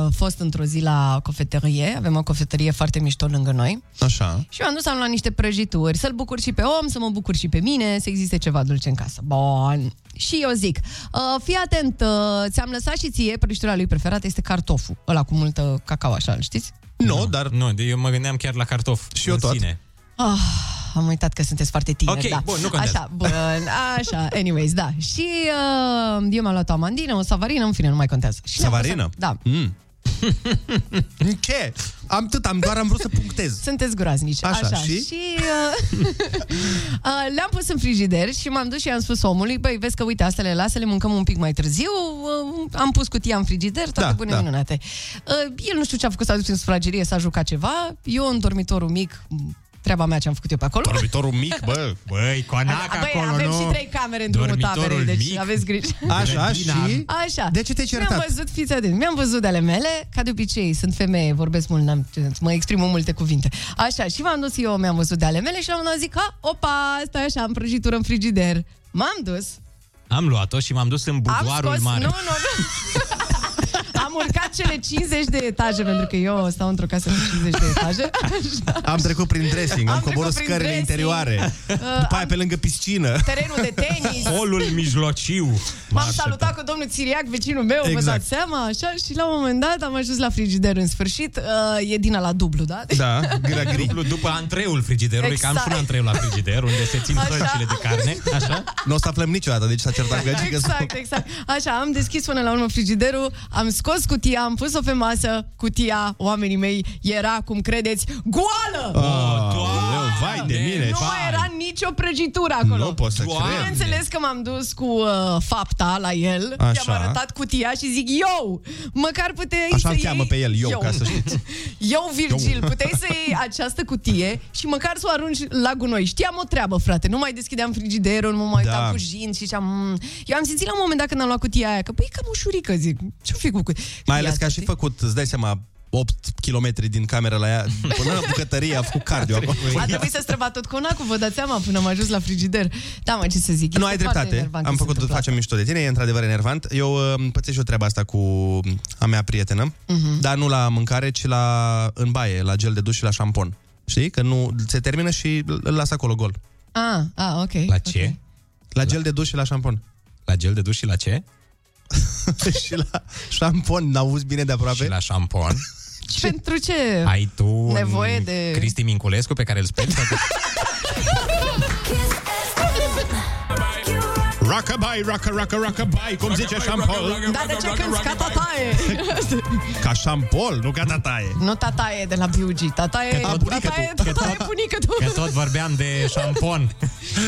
uh, fost într-o zi la cofetărie, avem o cofetărie foarte mișto lângă noi așa. și eu am dus, am luat niște prăjituri, să-l bucur și pe om, să mă bucur și pe mine, să existe ceva dulce în casă. Bun. Și eu zic, uh, fii atent, uh, ți-am lăsat și ție, prăjitura lui preferată este cartoful, ăla cu multă cacao, așa, îl știți? Nu, no, dar... Nu, de- eu mă gândeam chiar la cartof. Și eu în tot. Sine. Ah, Am uitat că sunteți foarte tineri, Ok, da. bun, nu contează. Așa, bun, așa, anyways, da. Și uh, eu mi-am luat o amandină, o savarină, în fine, nu mai contează. Și le-am pus- Savarină? Da. Mm. Ce? Am tot, am doar am vrut să punctez. Sunteți groaznici. Așa, și? și uh, uh, le-am pus în frigider și m-am dus și i-am spus omului, băi, vezi că uite, astea le lasă, le mâncăm un pic mai târziu, uh, am pus cutia în frigider, toate Da, bune da. minunate. Uh, el nu știu ce a făcut, s-a dus în sufragerie, s-a jucat ceva, eu în dormitorul mic, treaba mea ce am făcut eu pe acolo. Orbitorul mic, bă. Băi, coanac Băi, acolo, avem nu? și trei camere în drumul Dormitorul taberei, deci mic. aveți grijă. Așa Grădina. și... Așa. De ce te-ai Mi-am certat? văzut, fiți atenți, mi-am văzut de ale mele, ca de obicei, sunt femeie, vorbesc mult, n-am, mă exprim în multe cuvinte. Așa, și m-am dus eu, mi-am văzut de ale mele și la un moment dat zic, ha, opa, stai așa, am prăjitură în frigider. M-am dus, Am luat-o și m-am dus în am budoarul scos, mare. nu, nu, nu. Am urcat cele 50 de etaje, pentru că eu stau într-o casă cu 50 de etaje. Așa. Am trecut prin dressing, am, Am coborât trecut prin scările dressing. interioare. După aia pe lângă piscină. Terenul de tenis. Holul mijlociu. M-am salutat cu domnul Țiriac, vecinul meu, exact. vă Exact. dați seama, așa, și la un moment dat am ajuns la frigider în sfârșit, uh, e din la dublu, da? Da, gâra gri. Duplu, după antreul frigiderului, exact. că am Exact. și un antreu la frigider, unde se țin Așa. hălcile de carne. Așa? Nu o să aflăm niciodată, deci s-a certat găgică. Exact, exact. Așa, am deschis până la urmă frigiderul, am scos cutia, am pus-o pe masă, cutia, oamenii mei, era, cum credeți, goală! Oh, Doamne, Deci, vai de mine. nu mai era nicio prăjitură acolo. Nu pot să Doamne. cred. Bineînțeles că m-am dus cu uh, fapta la el, Așa. i-am arătat cutia și zic, eu, măcar puteai Așa să îl cheamă iei... pe el, eu, ca să știți. Eu, Virgil, puteai să iei această cutie și măcar să o arunci la gunoi. Știam o treabă, frate, nu mai deschideam frigiderul, nu mai Da. uitam cu jeans și ziceam... Mm. Eu am simțit la un moment dat când am luat cutia aia, că băi, e cam ușurică, zic, ce-o fi cu cutia Mai ales că a și știi? făcut, îți dai seama, 8 km din camera la ea, până la bucătărie, a făcut cardio acolo. A trebuit să străba tot conacul, vă dați seama, până am ajuns la frigider. Da, mă, ce să zic. Nu este ai foarte dreptate. enervant Am când se făcut, întâmplă facem mișto de tine, e într-adevăr enervant. Eu uh, pățesc și eu treaba asta cu a mea prietenă, Mhm. uh-huh. dar nu la mâncare, ci la în baie, la gel de duș și la șampon. Știi? Că nu se termină și îl las acolo gol. asta. Ah, ah, ok. La ce? ok. La gel de duș și la șampon. La gel de duș și la ce? și la șampon, n-auzi bine de aproape? Și la șampon. Și Pentru ce? Ai tu un Nevoie de- Cristi Minculescu pe care îl speli? sau- Kiss FM. Rockabye, rocka, rocka, rockabye, cum zice Jean-Paul. Da, de ce cânti ca tataie? Ca Jean-Paul, nu ca tataie. Nu tataie de la BUG, tataie, Că tot bunică tataie, tu, că tataie tot- bunică tu. Că tot vorbeam de șampon.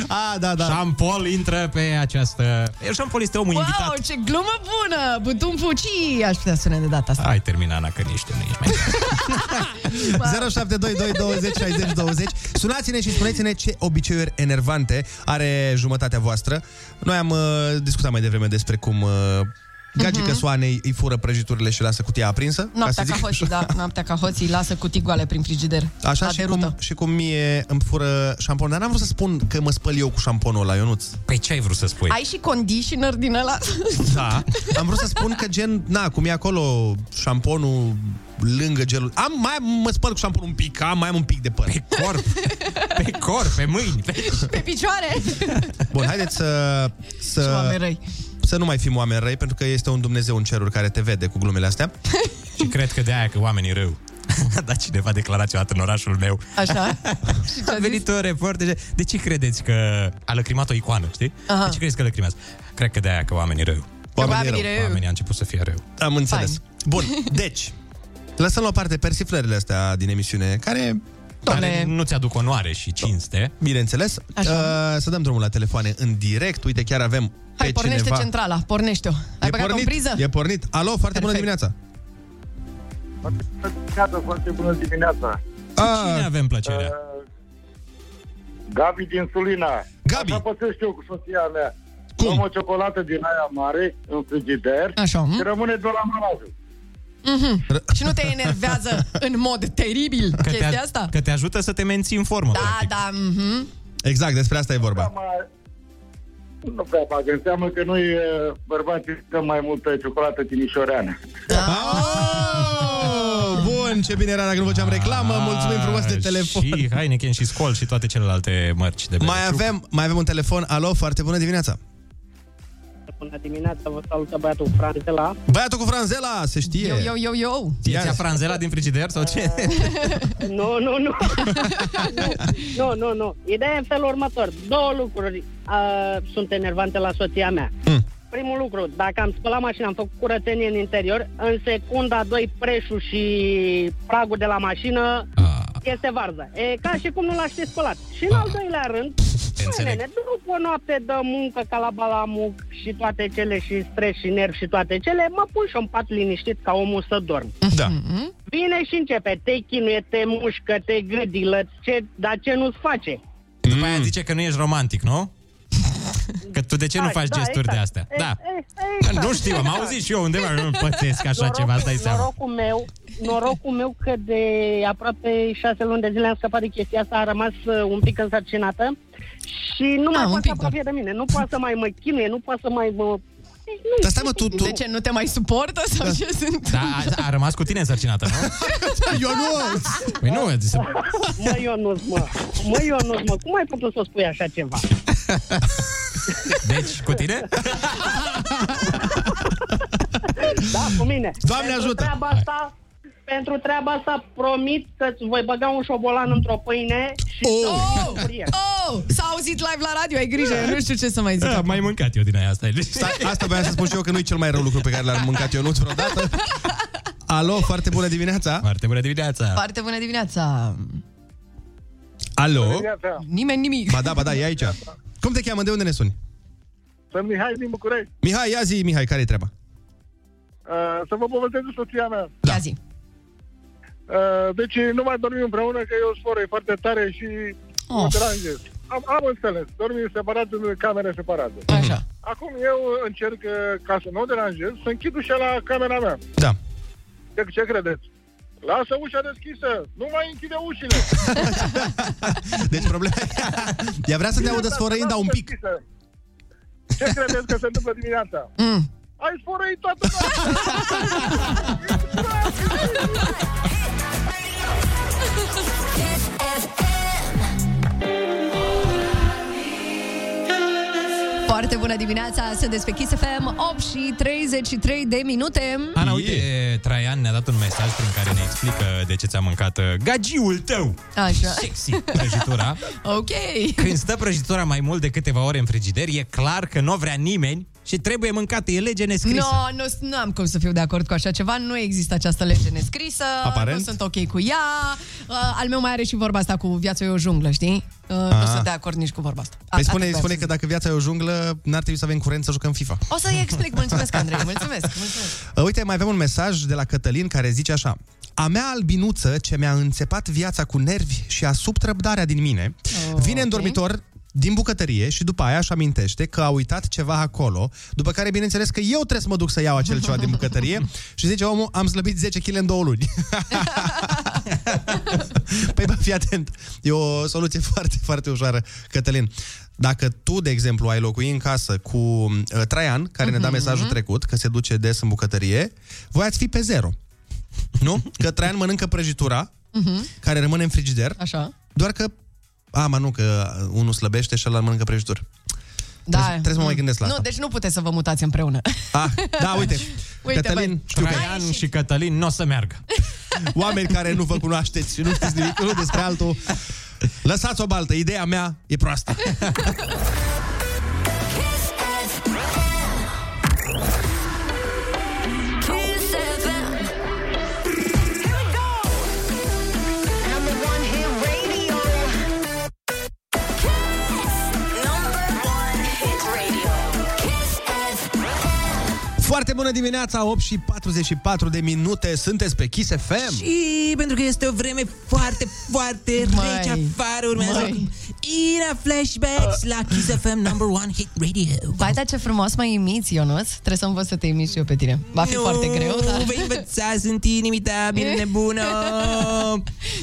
A, da, da. Șampol intră pe această... Șampol este omul Wow, invitat. ce glumă bună! Butum puci! Aș putea spune de data asta. Hai, termina, Ana, că niște nu ești mai... 0722 20 60 20 Sunați-ne și spuneți-ne ce obiceiuri enervante are jumătatea voastră. Noi am uh, discutat mai devreme despre cum uh, gagică uh-huh. Soanei îi fură prăjiturile și lasă cutia aprinsă. Mhm. Noaptea ca zic hoții, da. Noaptea ca hoții lasă cutii goale prin frigider. Așa La și derută. cum, și cum mie îmi fură șampon. Dar n-am vrut să spun că mă spăl eu cu șamponul ăla, Ionuț. Păi ce ai vrut să spui? Ai și conditioner din ăla? Da. Am vrut să spun că gen, na, cum e acolo șamponul lângă gelul. Am, mai mă spăl cu șamponul un pic, am mai am un pic de păr. Pe corp, pe corp, pe mâini. Pe... Pe picioare? Bun, haideți să, Ce oameni să, răi. să nu mai fim oameni răi, pentru că este un Dumnezeu în ceruri care te vede cu glumele astea. Și cred că de aia că oamenii rău. da, cineva declarația dată în orașul meu. Așa? Și ce-a A zis? venit un reporter și de ce credeți că a lăcrimat o icoană, știi? Aha. De ce credeți că lăcrimează? Cred că de aia că oamenii rău. Oamenii rău. Oamenii au început să fie rău. Am înțeles. Fain. Bun, deci, lăsăm la o parte persiflările astea din emisiune, care Care nu ți-aduc onoare și cinste. Bineînțeles. Uh, Așa. să dăm drumul la telefoane în direct. Uite, chiar avem Hai, pe pornește cineva. centrala, pornește-o. Ai băgat o pornit, priză? E pornit. Alo, foarte bună Perfect. dimineața. Dimineața, foarte bună dimineața. Uh, Cine A, avem plăcerea? Gabi din Sulina. Gabi. Așa pățesc eu cu soția mea. Cum? Am o ciocolată din aia mare în frigider Așa, uh-huh. și m? rămâne doar la malajul. Mhm. Și nu te enervează în mod teribil Că te, chestia asta? că te ajută să te menții în formă. Da, practic. da, mhm. exact, despre asta e vorba. Mai- Nu prea bag în seamă că noi e, bărbații dăm mai multă ciocolată timișoreană. Da. Oh, Ah! bun, ce bine era dacă nu făceam reclamă. Mulțumim frumos de Ah, telefon. Și Heineken și Skol și toate celelalte mărci de Mai băutură. avem, mai avem un telefon. Alo, foarte bună dimineața. Bună dimineața, vă salută băiatul Franțela. Băiatul cu franzela, se știe. Eu, eu, eu, eu. Ție Ia. Mm. ți-a franzela din frigider sau ce? Nu, nu, nu. nu, nu, nu. Ideea e în felul următor. Două lucruri uh, sunt enervante la soția mea. Hmm. Mm. Primul lucru, dacă am spălat mașina, am făcut curățenie în interior, în secunda 2 preșul și pragul de la mașină Ah, este varza. E ca și cum nu l-aș fi spălat. Și în al doilea rând, bă, Te înțeleg. nene, după o noapte de muncă ca la balamuc și toate cele și stres și nervi și toate cele, mă pun și în pat liniștit ca omul să dorm. Da. Hmm? Vine și începe, te chinuie, te mușcă, te gâdilă, ce, dar ce nu-ți face? După aia zice că nu ești romantic, nu? Că tu de ce nu Hai, faci da, gesturi exact. de astea? E, Da. e, exact. Nu știu, am auzit și eu undeva, nu pățesc așa ceva, stai seama. norocul meu, norocul meu că de aproape șase luni de zile am scăpat de chestia asta, a rămas uh, un pic însărcinată și nu mai Ah, un poate pic, să da. apropie de mine, nu poate să mai mă chinuie, nu poate să mai mă... Nu, Dar stai mă, tu, tu... De ce, nu te mai suportă sau ce sunt? Da, a, a rămas cu tine însărcinată, nu? Eu Da, nu! Păi nu, se... mă, Ionuț, mă, mă, Ionuț, mă, cum ai putut să spui așa ceva? deci cu tine? Da, cu mine. Doamne pentru ajută! Treaba asta, pentru treaba asta promit că îți voi băga un șobolan într-o pâine și Oh! oh! Oh, s-a auzit live la radio, ai grijă, eu nu știu ce să mai zic. Da, acum. mai mâncat eu din aia asta. Stai, asta voiam să spun și eu că nu e cel mai rău lucru pe care l-am mâncat eu nu vreodată. Alo, foarte bună dimineața. Foarte bună dimineața! Foarte bună dimineața. Alo? Dimineața, Nimeni nimic. Ba da, ba da, e aici. Cum te cheamă? De unde ne suni? sunt Mihai din București. Mihai, ia zi, Mihai, care-i treaba? Uh, să vă povestesc de soția mea. Da. Ia zi. Uh, deci nu mai dormim împreună că eu sforă e foarte tare și mă Oh. Of. deranjez. Am, am înțeles, dormim separat în camere separate. Așa. Acum eu încerc, uh, ca să nu o deranjez, să închid ușa la camera mea. Deci, Da. Ce, ce credeți? Lasă ușa deschisă, nu mai închide ușile. Deci problema... Ea vrea să te audă Lasă sfărăind, dar un ușa pic. deschisă. Ce credeți că se întâmplă dimineața? Mm. Ai sfărăit toată noaptea. Foarte bună Bună dimineața, sunt pe Kiss FM 8 și 33 de minute Ana, uite, Traian ne-a dat un mesaj prin care ne explică de ce ți-a mâncat uh, gagiul tău. Așa. Sexy prăjitura. Ok Când stă prăjitura mai mult de câteva ore în frigider, e clar că nu vrea nimeni și trebuie mâncată. E lege nescrisă. No, nu, nu am cum să fiu de acord cu așa ceva. Nu există această lege nescrisă. Aparent. Nu sunt ok cu ea. Uh, al meu mai are și vorba asta cu viața e o junglă, știi? Uh, nu Ah. sunt de acord nici cu vorba asta. Păi A- spune, atât da. spune vreau că dacă viața e o junglă, n-ar trebui să avem curent să jucăm FIFA. să zic. O să-i explic. Mulțumesc, Andrei. Mulțumesc. mulțumesc. Uh, Uite, mai avem un mesaj de la Cătălin care zice așa. A mea albinuță ce mi-a înțepat viața cu nervi și a subt răbdarea din mine, oh, vine în dormitor din bucătărie și după aia își amintește că a uitat ceva acolo, după care bineînțeles că eu trebuie să mă duc să iau acel ceva din bucătărie și zice omul, am slăbit 10 kg în două luni. păi bă, fii atent, e o soluție foarte, foarte ușoară, Cătălin. Dacă tu, de exemplu, ai locui în casă cu uh, Traian, care ne da mesajul trecut, că se duce des în bucătărie, voi ați fi pe zero. Nu? Că Traian mănâncă prăjitura, Mhm. care rămâne în frigider, Așa. doar că... A, mă, nu, că unul slăbește și ăla mănâncă prăjituri. Da. Trebuie să- trebuie să mă mai gândesc la nu, asta. deci nu puteți să vă mutați împreună. Ah, da, uite. Uite, Cătălin, băi, știu că Traian și Cătălin nu o să meargă. Oameni care nu vă cunoașteți și nu știți nimic unul despre altul, lăsați o baltă. Ideea mea e proastă. Foarte bună dimineața, 8 și 44 de minute. Sunteți pe Kiss FM. Și pentru că este o vreme foarte, foarte Măi, rece afară, urmează măi. acum Ira Flashbacks la Kiss Uh. FM number one hit radio. Vai, dar ce frumos mai imiți, Ionuț. Trebuie să învăț să te imiți și eu pe tine. Va fi Nu, foarte greu, da. dar... vei învăța, sunt inimitabil, nebună.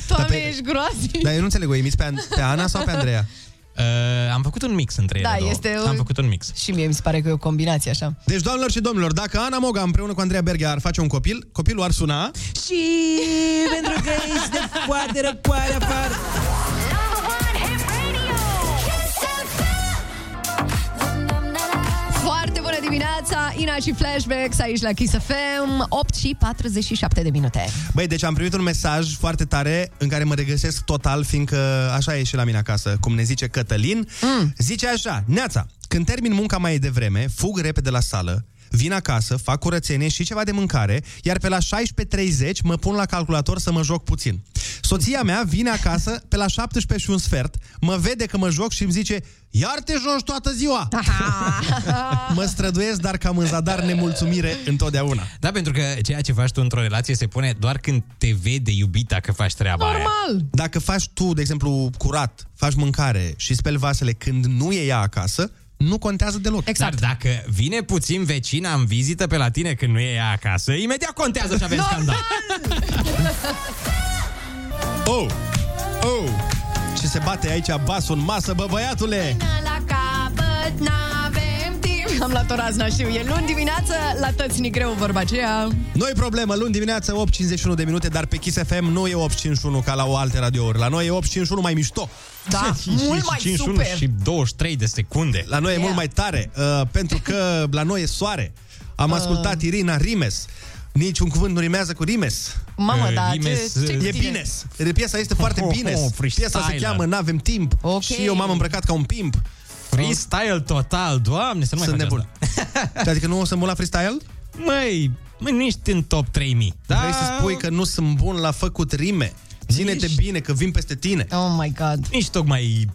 Doamne, ești groaznic. Dar eu nu înțeleg, o imiți pe, An- pe Ana sau pe Andreea? Uh, am făcut un mix între Da, este un- Am făcut un mix. Și mie mi se pare că e o combinație așa. Deci, doamnelor și domnilor, dacă Ana Moga împreună cu Andreea Berghea ar face un copil, copilul ar suna... Și pentru că este foarte răcoare afară. Foarte bună dimineața, Ina și Flashbacks aici la Kiss FM, 8 și 47 de minute. Băi, deci am primit un mesaj foarte tare în care mă regăsesc total, fiindcă așa e și la mine acasă, cum ne zice Cătălin. Mm. Zice așa, Neața, când termin munca mai devreme, fug repede la sală, vin acasă, fac curățenie și ceva de mâncare, iar pe la 16.30 mă pun la calculator să mă joc puțin. Soția mea vine acasă pe la 17 și un sfert, mă vede că mă joc și îmi zice, iar te joci toată ziua! mă străduiesc, dar cam în zadar nemulțumire întotdeauna. Da, pentru că ceea ce faci tu într-o relație se pune doar când te vede iubita că faci treaba aia. Dacă faci tu, de exemplu, curat, faci mâncare și speli vasele când nu e ea acasă, nu contează deloc. Dar dacă vine puțin vecina în vizită pe la tine când nu e ea acasă, imediat contează și avem scandal. Oh! Oh! Și se bate aici basul în masă, bă, băiatule! La capăt n-avem timp. Am luat o razna, știu, e luni dimineață, la toți ni greu vorba aceea. Noi problemă, luni dimineață 8.51 de minute, dar pe Kiss FM nu e 8.51 ca la o alte radiouri. La noi e 8.51 mai mișto. Da, Și- și- mult și mai 51 super. și 23 de secunde. La noi e mult mai tare, uh, pentru că la noi e soare. Am Uh. ascultat Irina Rimes. Nici un cuvânt nu rimează cu Rimes. Mamă, Uh, da, Rimes, ce- ce cu E tine? bine. Piesa este foarte Oh, oh, bine. Piesa se freestyler. cheamă N-avem timp și eu m-am îmbrăcat ca un pimp. Freestyle total, doamne, să nu Sunt mai faci nebun. asta. Adică nu o să mă la freestyle? Măi, măi, nu ești în top 3000. Da? Vrei să spui că nu sunt bun la făcut rime? Ține-te bine că vin peste tine. Oh my god. Nici tocmai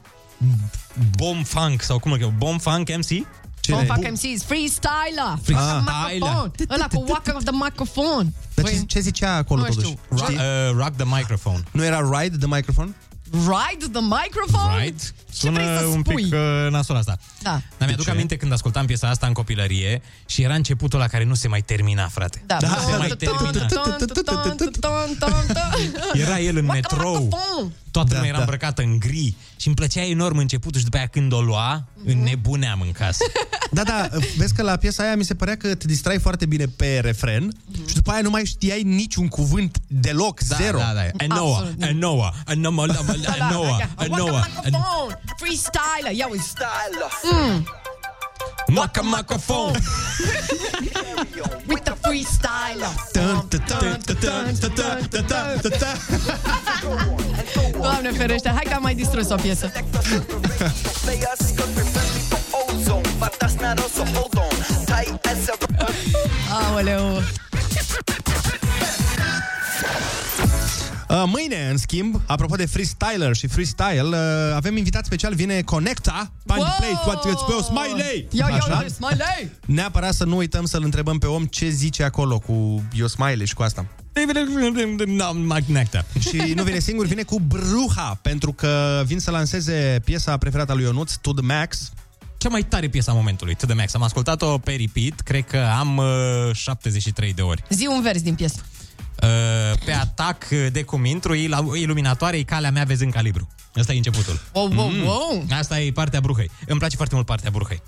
bomb funk sau cum îl cheamă, bomb funk MC? Cine? fac MCs, freestyler. Freestyler. Ah, Microphone. Ăla cu walk of the microphone. Dar ce, ce zicea acolo Păi, Nu știu. totuși? Rock- uh, rock the microphone. Nu era ride the microphone? Ride the microphone? Right? Sună vrei să un spui? pic uh, nasol asta. Da. Dar mi-aduc aminte când ascultam piesa asta în copilărie și era începutul la care nu se mai termina, frate. Da. Nu se mai termina. Era el în metrou. Toată Da, lumea era îmbrăcată în gri și îmi plăcea enorm începutul și după aia când o lua, Mhm. înnebuneam în casă. Da, da, vezi că la piesa aia mi se părea că te distrai foarte bine pe refren Mhm. și după aia nu mai știai niciun cuvânt deloc, Da, zero. da, da. Anoa, anoa, anoa, anoa, anoa. Walk of the microphone. Freestyler. Ia uite. Freestyler. Mm. Maca macafon With the freestyle Doamne ferește, hai că am mai distrus o piesă Aoleu Uh, Mâine, în schimb, apropo de freestyler și freestyle, uh, avem invitat special, vine Conecta, Pan Wow! Play, toate îți pe o smiley! Ia, ia, Așa? uite, smiley! Neapărat să nu uităm să-l întrebăm pe om ce zice acolo cu eu smiley și cu asta. Și nu vine singur, vine cu Bruha, pentru că vin să lanseze piesa preferată a lui Ionuț, To The Max. Cea mai tare piesa a momentului, To The Max. Am ascultat-o pe repeat, cred că am uh, 73 de ori. Zi un vers din piesă Uh, pe atac uh, de cum intru, il- iluminatoare e calea mea vezi în calibru. Asta e începutul. Mm. Wow, wow, wow. Asta e partea bruhei. Îmi place foarte mult partea bruhei.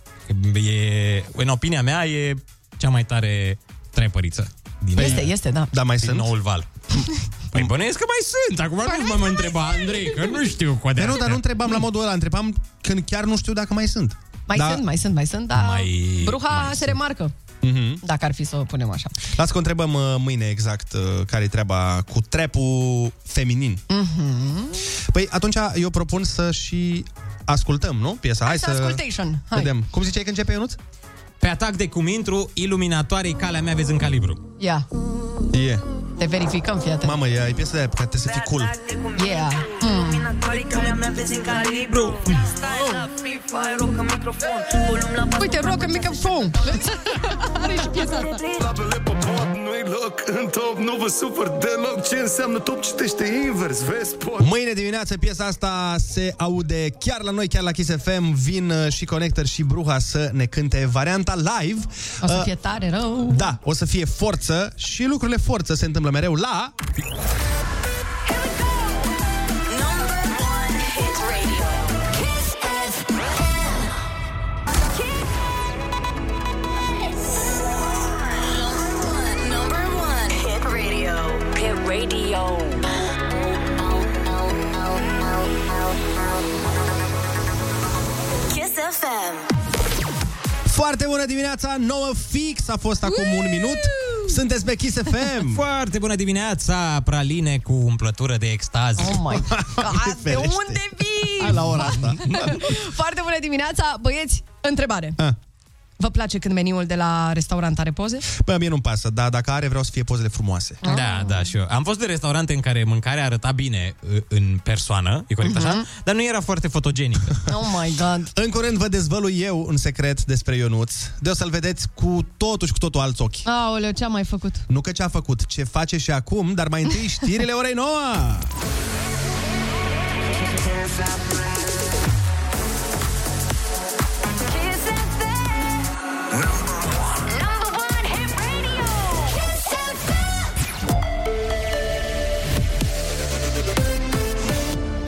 E, în opinia mea, e cea mai tare trepăriță. Din, Este, este, da Da, mai din sunt? noul val. Păi bănuiesc că mai sunt. Acum Păi nu mă mai întreba, Andrei, că nu știu cu Dar adevărat. Păi nu, dar nu întrebam la modul ăla, întrebam când chiar nu știu dacă mai sunt. Mai Da. sunt, mai sunt, mai sunt, dar Mai- Hm? Bruha se remarcă Dacă ar fi să o punem așa Mhm. Las că o întrebăm uh, mâine exact uh, care-i treaba cu trepul feminin. Mhm. Păi atunci eu propun să și ascultăm, nu? Piesa. Hai, Hai să ascultation, hai. Vedem. Cum ziceai că începe Ionuț? Pe atac de cum intru, iluminatoare e calea mea vezi în calibru. Ia, E. Yeah. te verificăm, fii atent Mamă, e, e piesa de aia pe care Da, trebuie să fii cool. Yeah Mm. Uite, rock în microfon Are și piesa asta Labele pe pod, nu-i loc în top Nu vă supăr deloc ce înseamnă top Citește invers, vezi pot Mâine dimineață piesa asta se aude chiar la noi, chiar la Kiss FM. Vin uh, și Connector și Bruha să ne cânte varianta live. O să Uh, fie tare rău Da, o să fie forță și lucrurile forță se întâmplă mereu la... Radio. Kiss FM. Foarte bună dimineața, nouă fix a fost acum un minut. Sunteți pe Kiss FM. Foarte bună dimineața, praline cu umplătură de extaz. Oh my god, De unde vii? Hai la ora asta. Foarte bună dimineața, băieți, întrebare Vă place când meniul de la restaurant are poze? Păi mie nu-mi pasă, dar dacă are vreau să fie pozele frumoase. Da, da, și eu. Am fost de restaurante în care mâncarea arăta bine uh, în persoană, e corect așa, dar nu era foarte fotogenică. Oh my god. În curând vă dezvălui eu un secret despre Ionuț. De o să-l vedeți cu totul și cu totul alți ochi. Aoleu, ce-am mai făcut? Nu că ce a făcut, ce face și acum, dar mai întâi știrile orei 9.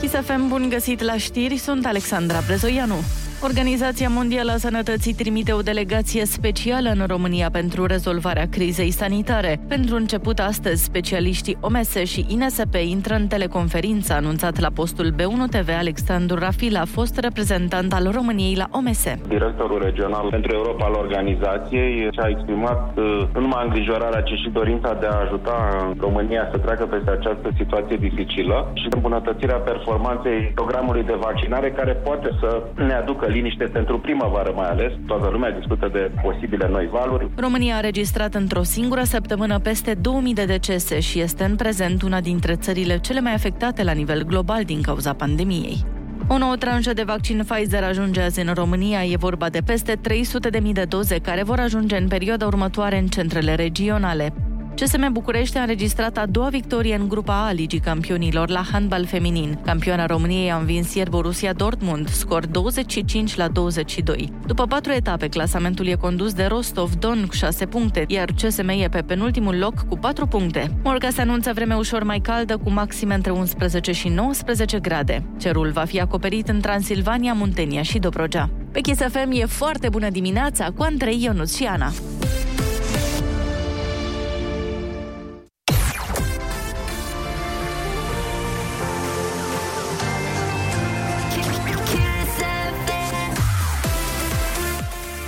Chisafem, bun găsit la știri, sunt Alexandra Brezoianu. Organizația Mondială a Sănătății trimite o delegație specială în România pentru rezolvarea crizei sanitare. Pentru început astăzi, specialiștii OMS și INSP intră în teleconferință anunțat la postul B1 TV Alexandru Rafila, fost reprezentant al României la OMS. Directorul regional pentru Europa al organizației și-a exprimat uh, nu numai îngrijorarea, ci și dorința de a ajuta România să treacă peste această situație dificilă și îmbunătățirea performanței programului de vaccinare care poate să ne aducă liniște pentru primăvară mai ales. Toată lumea discută de posibile noi valuri. România a registrat într-o singură săptămână peste 2000 de decese și este în prezent una dintre țările cele mai afectate la nivel global din cauza pandemiei. O nouă tranșă de vaccin Pfizer ajunge azi în România. E vorba de peste 300.000 de doze care vor ajunge în perioada următoare în centrele regionale. CSM București a înregistrat a doua victorie în grupa A a Ligii Campionilor la handbal feminin. Campioana României a învins ieri Borussia Dortmund, scor 25 la 22. După patru etape, clasamentul e condus de Rostov Don cu 6 puncte, iar CSM e pe penultimul loc cu 4 puncte. Morca se anunță vreme ușor mai caldă cu maxime între 11 și 19 grade. Cerul va fi acoperit în Transilvania, Muntenia și Dobrogea. Pe Kiss FM e foarte bună dimineața cu Andrei Ionuț și Ana.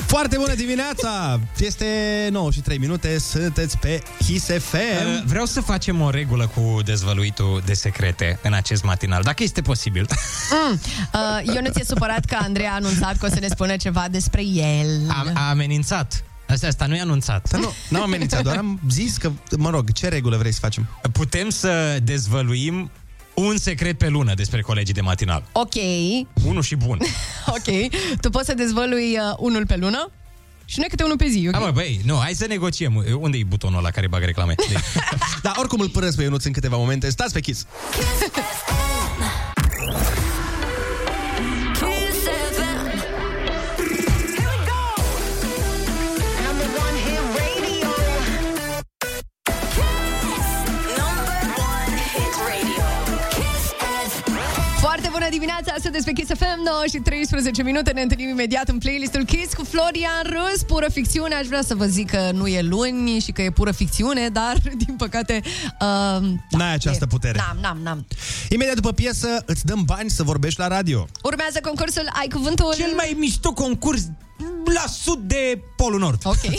Foarte bună dimineața! Este 9 și 3 minute, sunteți pe Kiss FM. Vreau să facem o regulă cu dezvăluitul de secrete în acest matinal, dacă este posibil. Mm. Uh, eu nu ți-e supărat că Andrei a anunțat că o să ne spună ceva despre el. Am, a amenințat. Asta, asta nu e anunțat. Dar Da, nu, n-am amenințat, doar am zis că, mă rog, ce regulă vrei să facem? Putem să dezvăluim un secret pe lună despre colegii de matinal. Ok, Unul și bun. ok. Tu poți să dezvălui uh, unul pe lună și noi câte unul pe zi, ok? Da, mă, băi, nu, hai să negociem. Unde e butonul ăla care bagă reclame? Deci, Dar Da, oricum îl părăsc pe Ionuț în câteva momente. Stați pe Kiss! Foarte bună dimineața, astăzi despre Kiss FM 9 și 13 minute, ne întâlnim imediat în playlistul Kiss cu Florian Râs, pură ficțiune, aș vrea să vă zic că nu e luni și că e pură ficțiune, dar din păcate uh, N-ai această putere. N-am, n-am, n-am. Imediat după piesă îți dăm bani să vorbești la radio. Urmează concursul Ai Cuvântul Cel mai mișto concurs la sud de Polul Nord. Ok.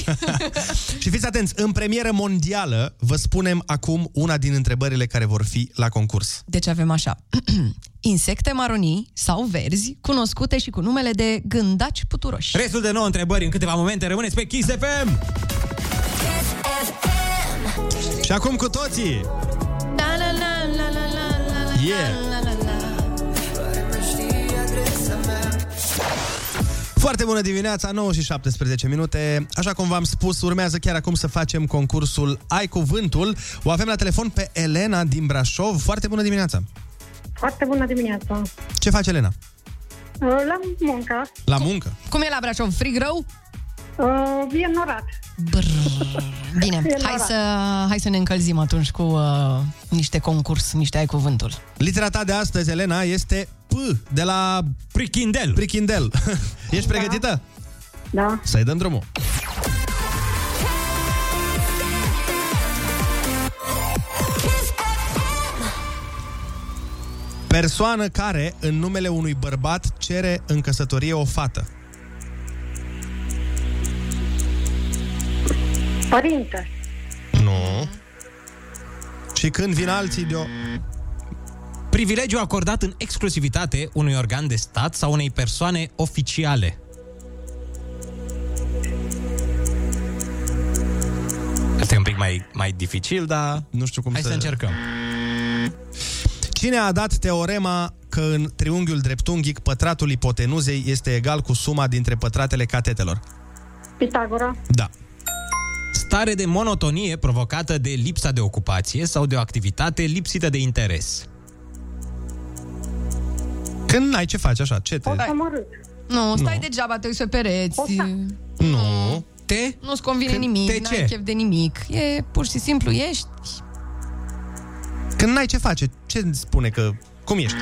Și fiți atenți, în premieră mondială vă spunem acum una din întrebările care vor fi la concurs. Deci avem așa. Insecte maronii sau verzi, cunoscute și cu numele de gândaci puturoși. Restul de nouă întrebări în câteva momente. Rămâneți pe Kiss FM! Și acum cu toții! La, la, la, la, la, la, la, la, Yeah. la, la, la, la. Foarte bună dimineața, 9 și 17 minute. Așa cum v-am spus, urmează chiar acum să facem concursul Ai Cuvântul. O avem la telefon pe Elena din Brașov. Foarte bună dimineața! Foarte bună dimineața! Ce face Elena? La muncă, La muncă. Cum e la Brașov? Frig rău? uh, e norat. Bine, E hai norat. să, hai să ne încălzim atunci cu uh, niște concurs, niște ai cuvântul. Litera ta de astăzi, Elena, este P de la... Prichindel. Prichindel. Ești pregătită? Da. Să-i dăm drumul. Persoană care, în numele unui bărbat, cere în căsătorie o fată. Părinte, Nu. Și când vin alții de o... Privilegiu acordat în exclusivitate unui organ de stat sau unei persoane oficiale. Asta e un pic mai, mai dificil, dar... Nu știu cum Hai să... să încercăm. Cine a dat teorema că în triunghiul dreptunghic pătratul ipotenuzei este egal cu suma dintre pătratele catetelor? Pitagora, Da. Stare de monotonie provocată de lipsa de ocupație sau de o activitate lipsită de interes. Când ai ce faci așa? Ce te... omorât. Nu, stai Nu. nu. degeaba, te uiți pe pereți. Nu. Te? Nu-ți convine Când- nimic, de n-ai ce? chef de nimic. E pur și simplu ești. Când n-ai ce face, ce îți spune că... Cum ești?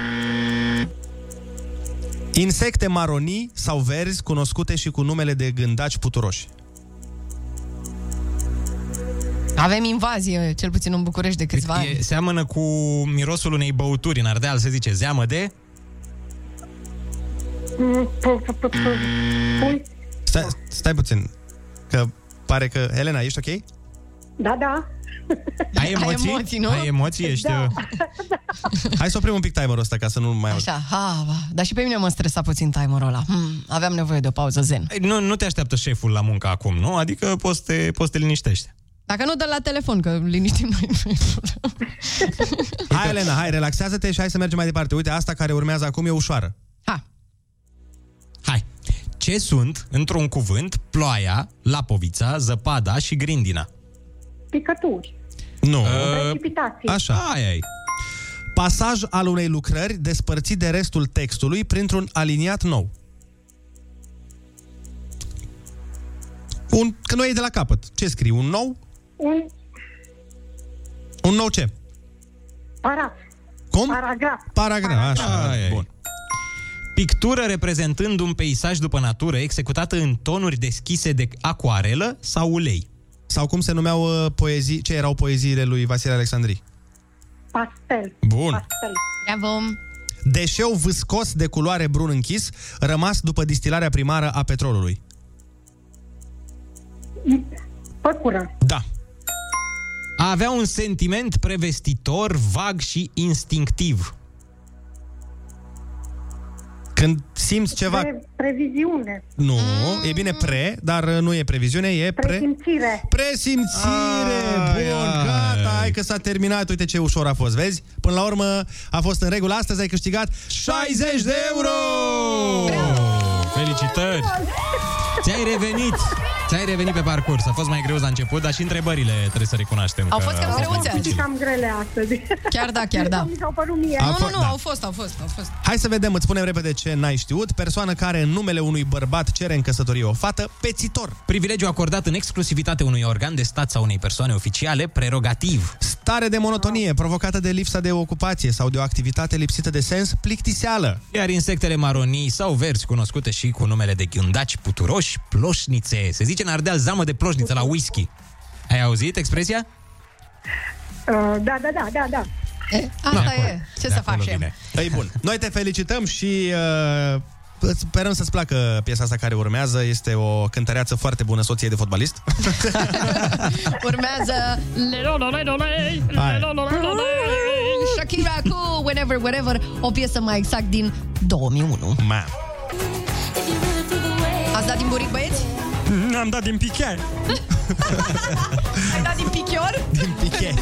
Insecte maronii sau verzi cunoscute și cu numele de gândaci puturoși. Avem invazie, cel puțin în București, de câțiva ani. E, seamănă cu mirosul unei băuturi în Ardeal, se zice zeamă de... Mm, pu- pu- pu- pu- pui. Stai, stai puțin, că pare că... Elena, ești ok? Da, da. Ai emoții? Da, emoții, nu? Ai emoții? Ești... Da. Hai să oprim un pic timerul ăsta ca să nu mai... Așa, ha, ba. dar și pe mine mă stresa puțin timerul ăla. Hmm, aveam nevoie de o pauză zen. Păi Nu, nu te așteaptă șeful la muncă acum, nu? Adică poți să te, poți să te liniștești. Dacă nu, dă la telefon, că liniștim noi. Hai, Elena, hai, relaxează-te și hai să mergem mai departe. Uite, asta care urmează acum e ușoară. ha, Hai! Ce sunt, într-un cuvânt, ploaia, lapovița, zăpada și grindina? Picături, Nu. precipitații. Așa. Ai, ai. Pasaj al unei lucrări despărțit de restul textului printr-un aliniat nou. Un, că nu e de la capăt. Ce scrii? Un nou? Un Un nou ce? paraf, Cum? paragraf. Paragraf. Așa, Ai, ai. bun. Pictură reprezentând un peisaj după natură executată în tonuri deschise de acuarelă sau ulei. Sau cum se numeau uh, poezii, ce erau poeziile lui Vasile Alexandrii? Pastel, Bun. pastel. bravo. Deșeu viscos de culoare brun închis, rămas după distilarea primară a petrolului. Păcură. Da. A avea un sentiment prevestitor, vag și instinctiv. Când simți ceva... Pre- previziune. Nu, e bine pre, dar uh, nu e previziune, e pre... Presimțire. Presimțire! Bun, gata, hai că s-a terminat. Uite ce ușor a fost, vezi? Până la urmă a fost în regulă. Astăzi ai câștigat 60 de euro! Felicitări! Ți-ai revenit! Ți-ai revenit pe parcurs. A fost mai greu la început, dar și întrebările trebuie să recunoaștem. Au că fost cam greuțe dificile. azi. Cam grele astăzi. Chiar da, chiar da. Mi s-au părut mie. A Nu, nu, fost- nu, da. au fost, au fost, au fost. Hai să vedem, îți spunem repede ce n-ai știut. Persoană care în numele unui bărbat cere în căsătorie o fată, pețitor. Privilegiu acordat în exclusivitate unui organ de stat sau unei persoane oficiale, prerogativ. Stare de monotonie provocată de lipsa de ocupație sau de o activitate lipsită de sens, plictiseală. Iar insectele maronii sau verzi, cunoscute și cu numele de ghiundaci puturoși, ploșnițe. Se zice în Ardeal zamă de ploșniță la whisky. Ai auzit expresia? Uh, da, da, da, da, da. Asta acolo. e. Ce De să acolo facem? vine. Ei Păi bun, noi te felicităm și uh, îți sperăm să-ți placă piesa asta care urmează. Este o cântăreață foarte bună, soție de fotbalist. Urmează Lelololelolei, Hai. Lelololelolei, Shakira cu Whenever, Wherever, o piesă mai exact din 2001. Ma. Ați dat din buric, băieți? Am dat Da, din piche. Ai dat din pichior? Din piche.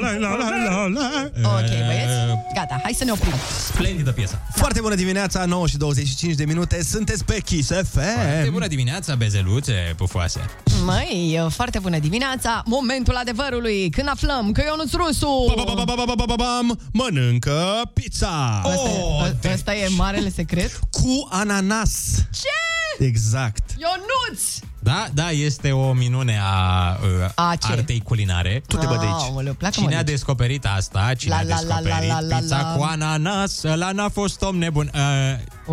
ok, băieți, gata, hai să ne oprim. Splendidă piesă. Foarte bună dimineața, 9 și 25 de minute. Sunteți pe Kiss Foarte FM. bună dimineața, bezeluțe pufoase. Măi, foarte bună dimineața, momentul adevărului, când aflăm că Ionuț Rusu... Ba-ba-ba-ba-ba-ba-ba-bam, Mănâncă pizza Asta e, asta e marele secret? Oh, deci cu ananas. Ce? Exact. Ionuț! Da, da, este o minune a, uh, A ce? artei culinare. Tu te bă de aici. Aoleu, pleacă-mă Cine de a aici. descoperit asta? Cine La, a la, la, descoperit la, la, la, pizza la. cu ananas? Ăla n-a fost om nebun. Uh,